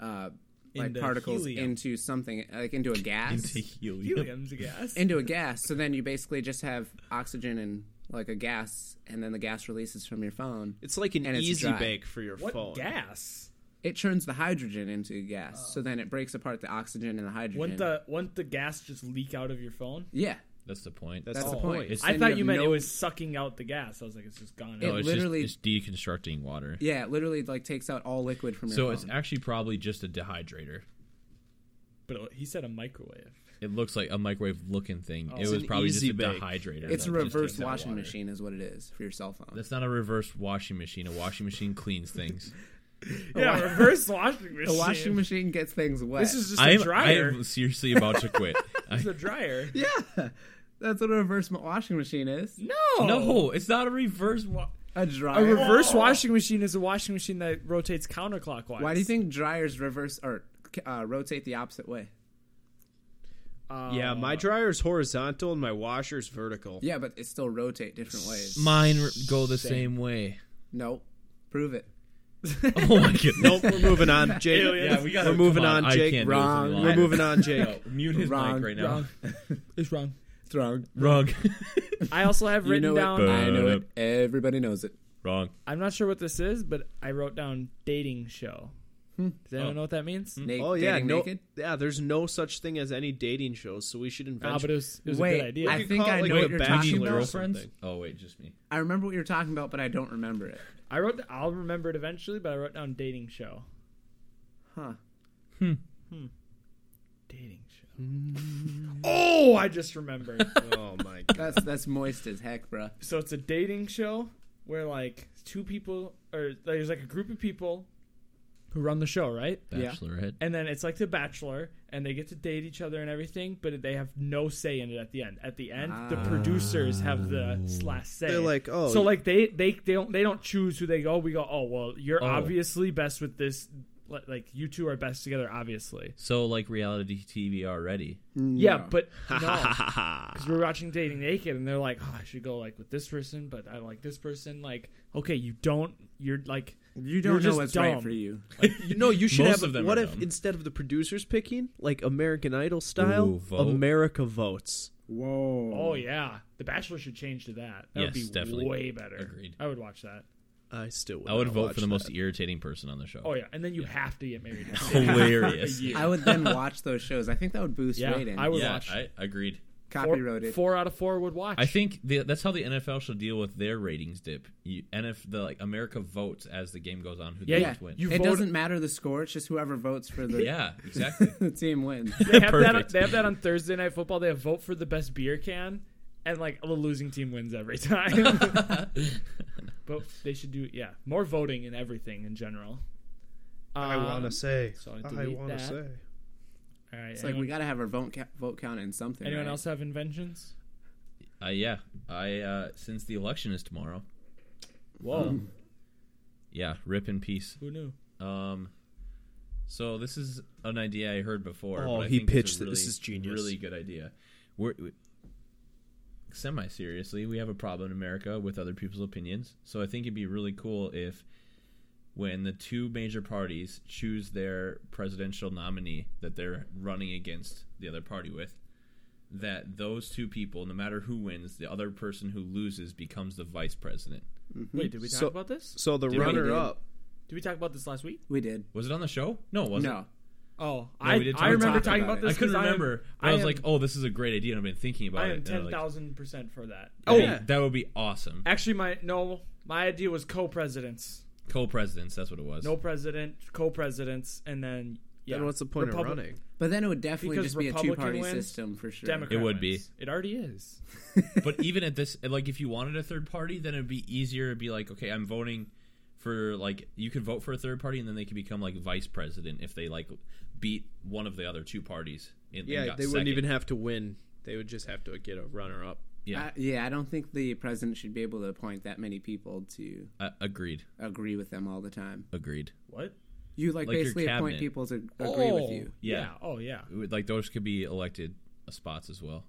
[SPEAKER 3] uh, like
[SPEAKER 2] Into
[SPEAKER 3] particles
[SPEAKER 2] helium.
[SPEAKER 3] into something like into a gas,
[SPEAKER 4] Into helium.
[SPEAKER 2] Helium's a gas.
[SPEAKER 3] into a gas. So then you basically just have oxygen and like a gas, and then the gas releases from your phone.
[SPEAKER 1] It's like an
[SPEAKER 3] And it's
[SPEAKER 1] easy
[SPEAKER 3] dry.
[SPEAKER 1] bake for your
[SPEAKER 2] what
[SPEAKER 1] phone.
[SPEAKER 2] gas?
[SPEAKER 3] It churns the hydrogen into gas. So then it breaks apart the oxygen and the hydrogen.
[SPEAKER 2] Wouldn't the wouldn't the gas just leak out of your phone?
[SPEAKER 3] yeah,
[SPEAKER 4] That's the point.
[SPEAKER 1] That's
[SPEAKER 3] that's the
[SPEAKER 1] Oh.
[SPEAKER 3] point.
[SPEAKER 4] It's-
[SPEAKER 2] I
[SPEAKER 3] Then
[SPEAKER 2] thought
[SPEAKER 3] have
[SPEAKER 2] you meant
[SPEAKER 3] no-
[SPEAKER 2] it was sucking out the gas. I was like, it's just gone.
[SPEAKER 4] no,
[SPEAKER 2] out.
[SPEAKER 4] it's
[SPEAKER 3] literally-
[SPEAKER 4] just it's deconstructing water.
[SPEAKER 3] Yeah, it literally like takes out all liquid from your
[SPEAKER 4] so
[SPEAKER 3] phone.
[SPEAKER 4] it's actually probably just a dehydrator.
[SPEAKER 2] But it- he said a microwave.
[SPEAKER 4] It looks like a microwave looking thing. it
[SPEAKER 1] It's
[SPEAKER 4] was
[SPEAKER 1] an
[SPEAKER 4] probably just
[SPEAKER 1] easy
[SPEAKER 4] a
[SPEAKER 1] bake.
[SPEAKER 4] dehydrator.
[SPEAKER 3] Oh. It's a
[SPEAKER 4] that just
[SPEAKER 3] reverse
[SPEAKER 4] takes out
[SPEAKER 3] washing
[SPEAKER 4] water.
[SPEAKER 3] machine, is what it is for your cell phone.
[SPEAKER 4] That's not a reverse washing machine. A washing machine cleans things.
[SPEAKER 2] Yeah, reverse washing machine.
[SPEAKER 3] the washing machine gets things wet.
[SPEAKER 2] This is just
[SPEAKER 4] I
[SPEAKER 2] a
[SPEAKER 4] am, I
[SPEAKER 2] dryer.
[SPEAKER 4] am seriously about to quit. I,
[SPEAKER 2] It's a dryer.
[SPEAKER 3] Yeah, that's what a reverse mo- washing machine is.
[SPEAKER 2] No,
[SPEAKER 4] no, it's not a reverse. Wa-
[SPEAKER 3] A
[SPEAKER 2] A
[SPEAKER 3] dryer.
[SPEAKER 2] reverse washing machine is a washing machine that rotates counterclockwise.
[SPEAKER 3] Why do you think dryers reverse or uh, rotate the opposite way?
[SPEAKER 2] Uh,
[SPEAKER 1] Yeah, my dryer's horizontal and my washer's vertical.
[SPEAKER 3] Yeah, but it still rotate different ways.
[SPEAKER 4] Mine r- go the same way.
[SPEAKER 3] Nope. Prove it.
[SPEAKER 4] Oh my goodness.
[SPEAKER 1] Nope, we're moving on, Jake.
[SPEAKER 4] Yeah, we gotta-
[SPEAKER 1] We're moving
[SPEAKER 4] come on,
[SPEAKER 1] on,
[SPEAKER 4] I
[SPEAKER 1] Jake.
[SPEAKER 4] can't do this
[SPEAKER 3] Wrong.
[SPEAKER 4] any
[SPEAKER 1] We're
[SPEAKER 4] longer.
[SPEAKER 1] moving on, Jake.
[SPEAKER 4] No, mute his
[SPEAKER 3] Wrong,
[SPEAKER 4] mic right now.
[SPEAKER 2] it's wrong.
[SPEAKER 3] It's wrong.
[SPEAKER 4] Wrong.
[SPEAKER 2] I also have
[SPEAKER 3] You know
[SPEAKER 2] written down.
[SPEAKER 3] it. I know it. Everybody knows it.
[SPEAKER 4] Wrong.
[SPEAKER 2] I'm not sure what this is, but I wrote down dating show.
[SPEAKER 3] Hmm.
[SPEAKER 2] Does anyone know what that means?
[SPEAKER 3] Na-
[SPEAKER 1] Oh yeah,
[SPEAKER 3] dating
[SPEAKER 1] no,
[SPEAKER 3] naked?
[SPEAKER 1] yeah. There's no such thing as any dating shows, so we should invent.
[SPEAKER 2] Ah, but it was, it was
[SPEAKER 3] Wait,
[SPEAKER 2] a good idea.
[SPEAKER 3] I
[SPEAKER 1] We could
[SPEAKER 3] think
[SPEAKER 1] call it,
[SPEAKER 3] I
[SPEAKER 1] like,
[SPEAKER 3] know
[SPEAKER 1] The
[SPEAKER 3] what you're
[SPEAKER 1] Bachelor
[SPEAKER 3] talking
[SPEAKER 1] or
[SPEAKER 3] about.
[SPEAKER 1] something.
[SPEAKER 4] Oh wait, just me.
[SPEAKER 3] I remember what you're talking about, but I don't remember it.
[SPEAKER 2] I wrote. th- I'll remember it eventually, but I wrote down dating show.
[SPEAKER 3] Huh.
[SPEAKER 2] Dating show. oh, I just remembered.
[SPEAKER 1] Oh my god.
[SPEAKER 3] That's that's moist as heck, bruh.
[SPEAKER 2] so it's a dating show where like two people or there's like a group of people who run the show, right?
[SPEAKER 3] Yeah.
[SPEAKER 4] Bachelorette.
[SPEAKER 2] And then it's like The Bachelor, and they get to date each other and everything, but they have no say in it at the end. At the end, the
[SPEAKER 3] Ah.
[SPEAKER 2] producers have the last say.
[SPEAKER 1] They're like, oh,
[SPEAKER 2] so like they they they don't they don't choose who they go. We go, oh well, you're
[SPEAKER 4] Oh.
[SPEAKER 2] obviously best with this. li- Like you two are best together, obviously.
[SPEAKER 4] So like reality TV already.
[SPEAKER 1] Mm,
[SPEAKER 2] Yeah, but no, because we're watching Dating Naked, and they're like, oh, I should go like with this person, but I like this person. Like, okay, you don't. You're like,
[SPEAKER 3] You don't
[SPEAKER 2] You're
[SPEAKER 3] know
[SPEAKER 2] just
[SPEAKER 3] what's right
[SPEAKER 2] dumb.
[SPEAKER 3] for you.
[SPEAKER 1] No, you should
[SPEAKER 4] Most
[SPEAKER 1] have.
[SPEAKER 4] of them
[SPEAKER 1] what
[SPEAKER 4] are
[SPEAKER 1] if
[SPEAKER 4] dumb.
[SPEAKER 1] instead of the producers picking, like American Idol style,
[SPEAKER 4] Ooh, vote.
[SPEAKER 1] America votes?
[SPEAKER 3] Whoa.
[SPEAKER 2] oh yeah, The Bachelor should change to that. That would
[SPEAKER 4] Mm. Yes,
[SPEAKER 2] be
[SPEAKER 4] definitely.
[SPEAKER 2] way better.
[SPEAKER 4] Agreed.
[SPEAKER 2] I would watch that.
[SPEAKER 1] I still. Would
[SPEAKER 4] I would
[SPEAKER 1] not
[SPEAKER 4] vote
[SPEAKER 1] watch
[SPEAKER 4] for the most e-
[SPEAKER 1] that.
[SPEAKER 4] irritating person on the show.
[SPEAKER 2] Oh yeah, and then you have to get married.
[SPEAKER 4] Hilarious.
[SPEAKER 2] yeah,
[SPEAKER 3] I would then watch those shows. I think that would boost
[SPEAKER 2] yeah
[SPEAKER 3] ratings.
[SPEAKER 2] I would
[SPEAKER 4] yeah,
[SPEAKER 2] watch.
[SPEAKER 4] I agreed.
[SPEAKER 2] four,
[SPEAKER 3] Copyrighted.
[SPEAKER 2] four out of four would watch.
[SPEAKER 4] I think the, that's how the NFL should deal with their ratings dip. You, and if the like America votes as the game goes on, who
[SPEAKER 2] Yeah,
[SPEAKER 4] they
[SPEAKER 2] yeah.
[SPEAKER 4] win.
[SPEAKER 2] You
[SPEAKER 3] it
[SPEAKER 2] vote-
[SPEAKER 3] doesn't matter the score. It's just whoever votes for the,
[SPEAKER 4] yeah, exactly.
[SPEAKER 3] the team wins.
[SPEAKER 2] they have that.
[SPEAKER 4] Perfect.
[SPEAKER 2] They have that on Thursday Night Football. They have vote for the best beer can, and like the losing team wins every time. but they should do yeah more voting in everything in general.
[SPEAKER 1] I want to
[SPEAKER 2] Um,
[SPEAKER 1] say.
[SPEAKER 2] so I
[SPEAKER 1] I
[SPEAKER 2] delete
[SPEAKER 1] want to
[SPEAKER 2] that.
[SPEAKER 1] say.
[SPEAKER 2] All right,
[SPEAKER 3] It's like
[SPEAKER 2] anyone,
[SPEAKER 3] we got to have our vote ca- vote count in something.
[SPEAKER 2] anyone
[SPEAKER 3] right?
[SPEAKER 2] else have inventions?
[SPEAKER 4] uh, yeah, I uh, since the election is tomorrow.
[SPEAKER 2] Whoa,
[SPEAKER 4] Yeah, rip in peace.
[SPEAKER 2] who knew?
[SPEAKER 4] Um, so this is an idea I heard before.
[SPEAKER 1] Oh,
[SPEAKER 4] but I
[SPEAKER 1] he
[SPEAKER 4] think it's a
[SPEAKER 1] pitched it.
[SPEAKER 4] really-
[SPEAKER 1] This is genius.
[SPEAKER 4] Really good idea. We're semi seriously, we have a problem in America with other people's opinions. So I think it'd be really cool if when the two major parties choose their presidential nominee that they're running against the other party with, that those two people, no matter who wins, the other person who loses becomes the vice president.
[SPEAKER 2] Wait, did we talk
[SPEAKER 1] So-
[SPEAKER 2] about this?
[SPEAKER 1] So the
[SPEAKER 4] Did we-
[SPEAKER 1] runner up.
[SPEAKER 2] Did we talk about this last week?
[SPEAKER 3] We did.
[SPEAKER 4] Was it on the show? No, it wasn't.
[SPEAKER 3] No.
[SPEAKER 2] Oh, I
[SPEAKER 4] we did
[SPEAKER 2] I
[SPEAKER 4] talk
[SPEAKER 2] remember
[SPEAKER 3] about
[SPEAKER 2] talking
[SPEAKER 3] it.
[SPEAKER 2] about
[SPEAKER 4] I
[SPEAKER 2] this.
[SPEAKER 4] couldn't
[SPEAKER 2] 'cause am-
[SPEAKER 4] remember. I, was
[SPEAKER 2] am-
[SPEAKER 4] like, "Oh, this is a great idea." and I've been thinking about it.
[SPEAKER 2] I am
[SPEAKER 4] and I
[SPEAKER 2] ten
[SPEAKER 4] like,
[SPEAKER 2] thousand percent for that.
[SPEAKER 4] Oh,
[SPEAKER 1] Yeah.
[SPEAKER 4] that would be awesome.
[SPEAKER 2] Actually, my no, my idea was co-presidents,
[SPEAKER 4] Co-presidents, that's what it was.
[SPEAKER 2] no president, co-presidents, and then yeah.
[SPEAKER 1] Then what's the point
[SPEAKER 2] Republic-
[SPEAKER 1] of running?
[SPEAKER 3] But then it would definitely
[SPEAKER 2] Because
[SPEAKER 3] just be a
[SPEAKER 2] Republican
[SPEAKER 3] two-party
[SPEAKER 2] wins,
[SPEAKER 3] system for sure.
[SPEAKER 2] Democrat
[SPEAKER 4] It would be.
[SPEAKER 2] wins. It already is.
[SPEAKER 4] But even at this, like, if you wanted a third party, then it'd be easier. It'd be like, okay, I'm voting for like you could vote for a third party, and then they could become like vice president if they like beat one of the other two parties. And, and
[SPEAKER 1] Yeah,
[SPEAKER 4] got
[SPEAKER 1] they wouldn't
[SPEAKER 4] second.
[SPEAKER 1] even have to win. They would just have to get a runner up.
[SPEAKER 4] Yeah,
[SPEAKER 3] I, yeah, I don't think the president should be able to appoint that many people to
[SPEAKER 4] uh, agreed.
[SPEAKER 3] agree with them all the time.
[SPEAKER 4] Agreed.
[SPEAKER 2] What?
[SPEAKER 3] You like,
[SPEAKER 4] Like your
[SPEAKER 3] basically appoint
[SPEAKER 4] cabinet.
[SPEAKER 3] people to agree with you.
[SPEAKER 4] Yeah.
[SPEAKER 2] Oh yeah.
[SPEAKER 4] It would- Like those could be elected spots as well,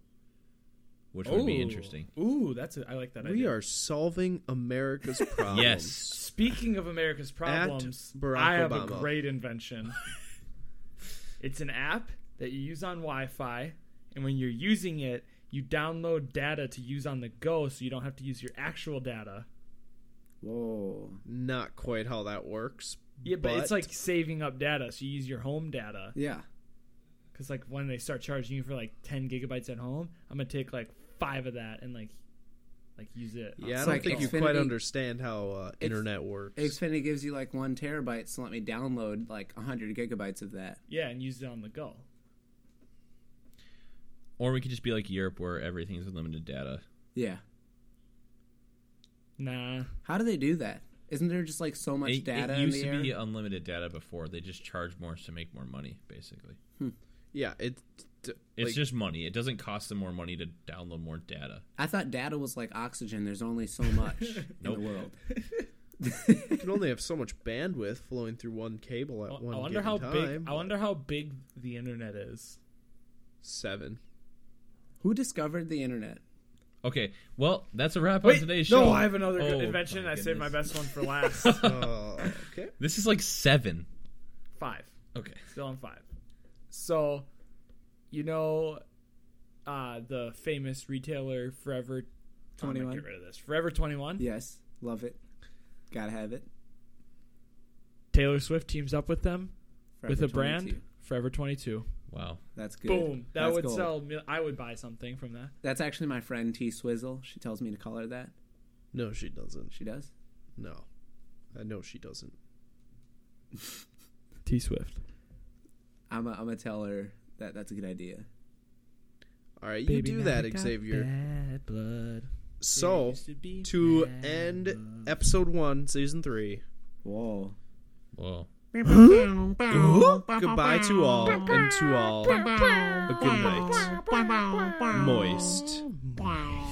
[SPEAKER 4] which would be
[SPEAKER 2] Ooh.
[SPEAKER 4] interesting.
[SPEAKER 2] Ooh, that's a, I like that
[SPEAKER 1] We
[SPEAKER 2] idea.
[SPEAKER 1] are solving America's problems.
[SPEAKER 4] Yes.
[SPEAKER 2] Speaking of America's problems,
[SPEAKER 1] Barack
[SPEAKER 2] I have a
[SPEAKER 1] Obama.
[SPEAKER 2] great invention. it's an app that you use on Wi-Fi, and when you're using it, you download data to use on the go, so you don't have to use your actual data.
[SPEAKER 4] Oh.
[SPEAKER 3] Whoa.
[SPEAKER 1] Not quite how that works.
[SPEAKER 2] Yeah, but, it's like saving up data, so you use your home data.
[SPEAKER 3] Yeah.
[SPEAKER 2] Because like when they start charging you for like 10 gigabytes at home, I'm gonna take like five of that and like like use it.
[SPEAKER 1] Yeah, I
[SPEAKER 3] It's
[SPEAKER 1] don't
[SPEAKER 3] like
[SPEAKER 1] think you quite
[SPEAKER 3] Xfinity-
[SPEAKER 1] understand how uh, internet works.
[SPEAKER 3] Xfinity gives you like one terabyte, so let me download like 100 gigabytes of that.
[SPEAKER 2] Yeah, and use it on the go.
[SPEAKER 4] Or we could just be like Europe, where everything's unlimited data.
[SPEAKER 3] Yeah.
[SPEAKER 2] Nah.
[SPEAKER 3] How do they do that? Isn't there just like so much
[SPEAKER 4] It,
[SPEAKER 3] data
[SPEAKER 4] it
[SPEAKER 3] in
[SPEAKER 4] used
[SPEAKER 3] the
[SPEAKER 4] to
[SPEAKER 3] air?
[SPEAKER 4] be unlimited data before. They just charge more to make more money, basically.
[SPEAKER 1] yeah, it. d-
[SPEAKER 4] It's
[SPEAKER 1] like,
[SPEAKER 4] just money. It doesn't cost them more money to download more data.
[SPEAKER 3] I thought data was like oxygen. There's only so much in the world.
[SPEAKER 1] you can only have so much bandwidth flowing through one cable at
[SPEAKER 2] Oh, I
[SPEAKER 1] one
[SPEAKER 2] wonder
[SPEAKER 1] given
[SPEAKER 2] how
[SPEAKER 1] time.
[SPEAKER 2] big I wonder how big the internet is.
[SPEAKER 1] Seven.
[SPEAKER 3] Who discovered the internet?
[SPEAKER 4] Okay, well, that's a wrap on today's show.
[SPEAKER 2] no, I have another good
[SPEAKER 4] Oh,
[SPEAKER 2] invention.
[SPEAKER 4] my
[SPEAKER 2] I saved my
[SPEAKER 4] goodness.
[SPEAKER 2] best one for last.
[SPEAKER 1] Oh, okay.
[SPEAKER 4] This is like seven.
[SPEAKER 2] five.
[SPEAKER 4] Okay.
[SPEAKER 2] Still on five. So you know uh the famous retailer Forever I'm gonna
[SPEAKER 3] 21?
[SPEAKER 2] Get rid of this. Forever twenty one.
[SPEAKER 3] Yes. Love it. Gotta have it.
[SPEAKER 2] Taylor Swift teams up with them with
[SPEAKER 3] Forever
[SPEAKER 2] a brand
[SPEAKER 3] 22.
[SPEAKER 2] Forever 22.
[SPEAKER 4] Wow.
[SPEAKER 3] That's good.
[SPEAKER 2] Boom. That
[SPEAKER 3] That's
[SPEAKER 2] would
[SPEAKER 3] gold.
[SPEAKER 2] sell. mil- I would buy something from that.
[SPEAKER 3] That's actually my friend T Swizzle. She tells me to call her that.
[SPEAKER 1] No, she doesn't.
[SPEAKER 3] She does.
[SPEAKER 1] No, I know she doesn't.
[SPEAKER 2] T Swift.
[SPEAKER 3] I'm i I'm gonna tell her that that's a good idea.
[SPEAKER 1] All right, you do that, Xavier.
[SPEAKER 2] Bad blood.
[SPEAKER 1] So
[SPEAKER 2] Oh.
[SPEAKER 1] to end episode one, season three.
[SPEAKER 3] Whoa.
[SPEAKER 4] Whoa.
[SPEAKER 1] Goodbye to all, and to all, a good night. Moist.
[SPEAKER 6] Wow.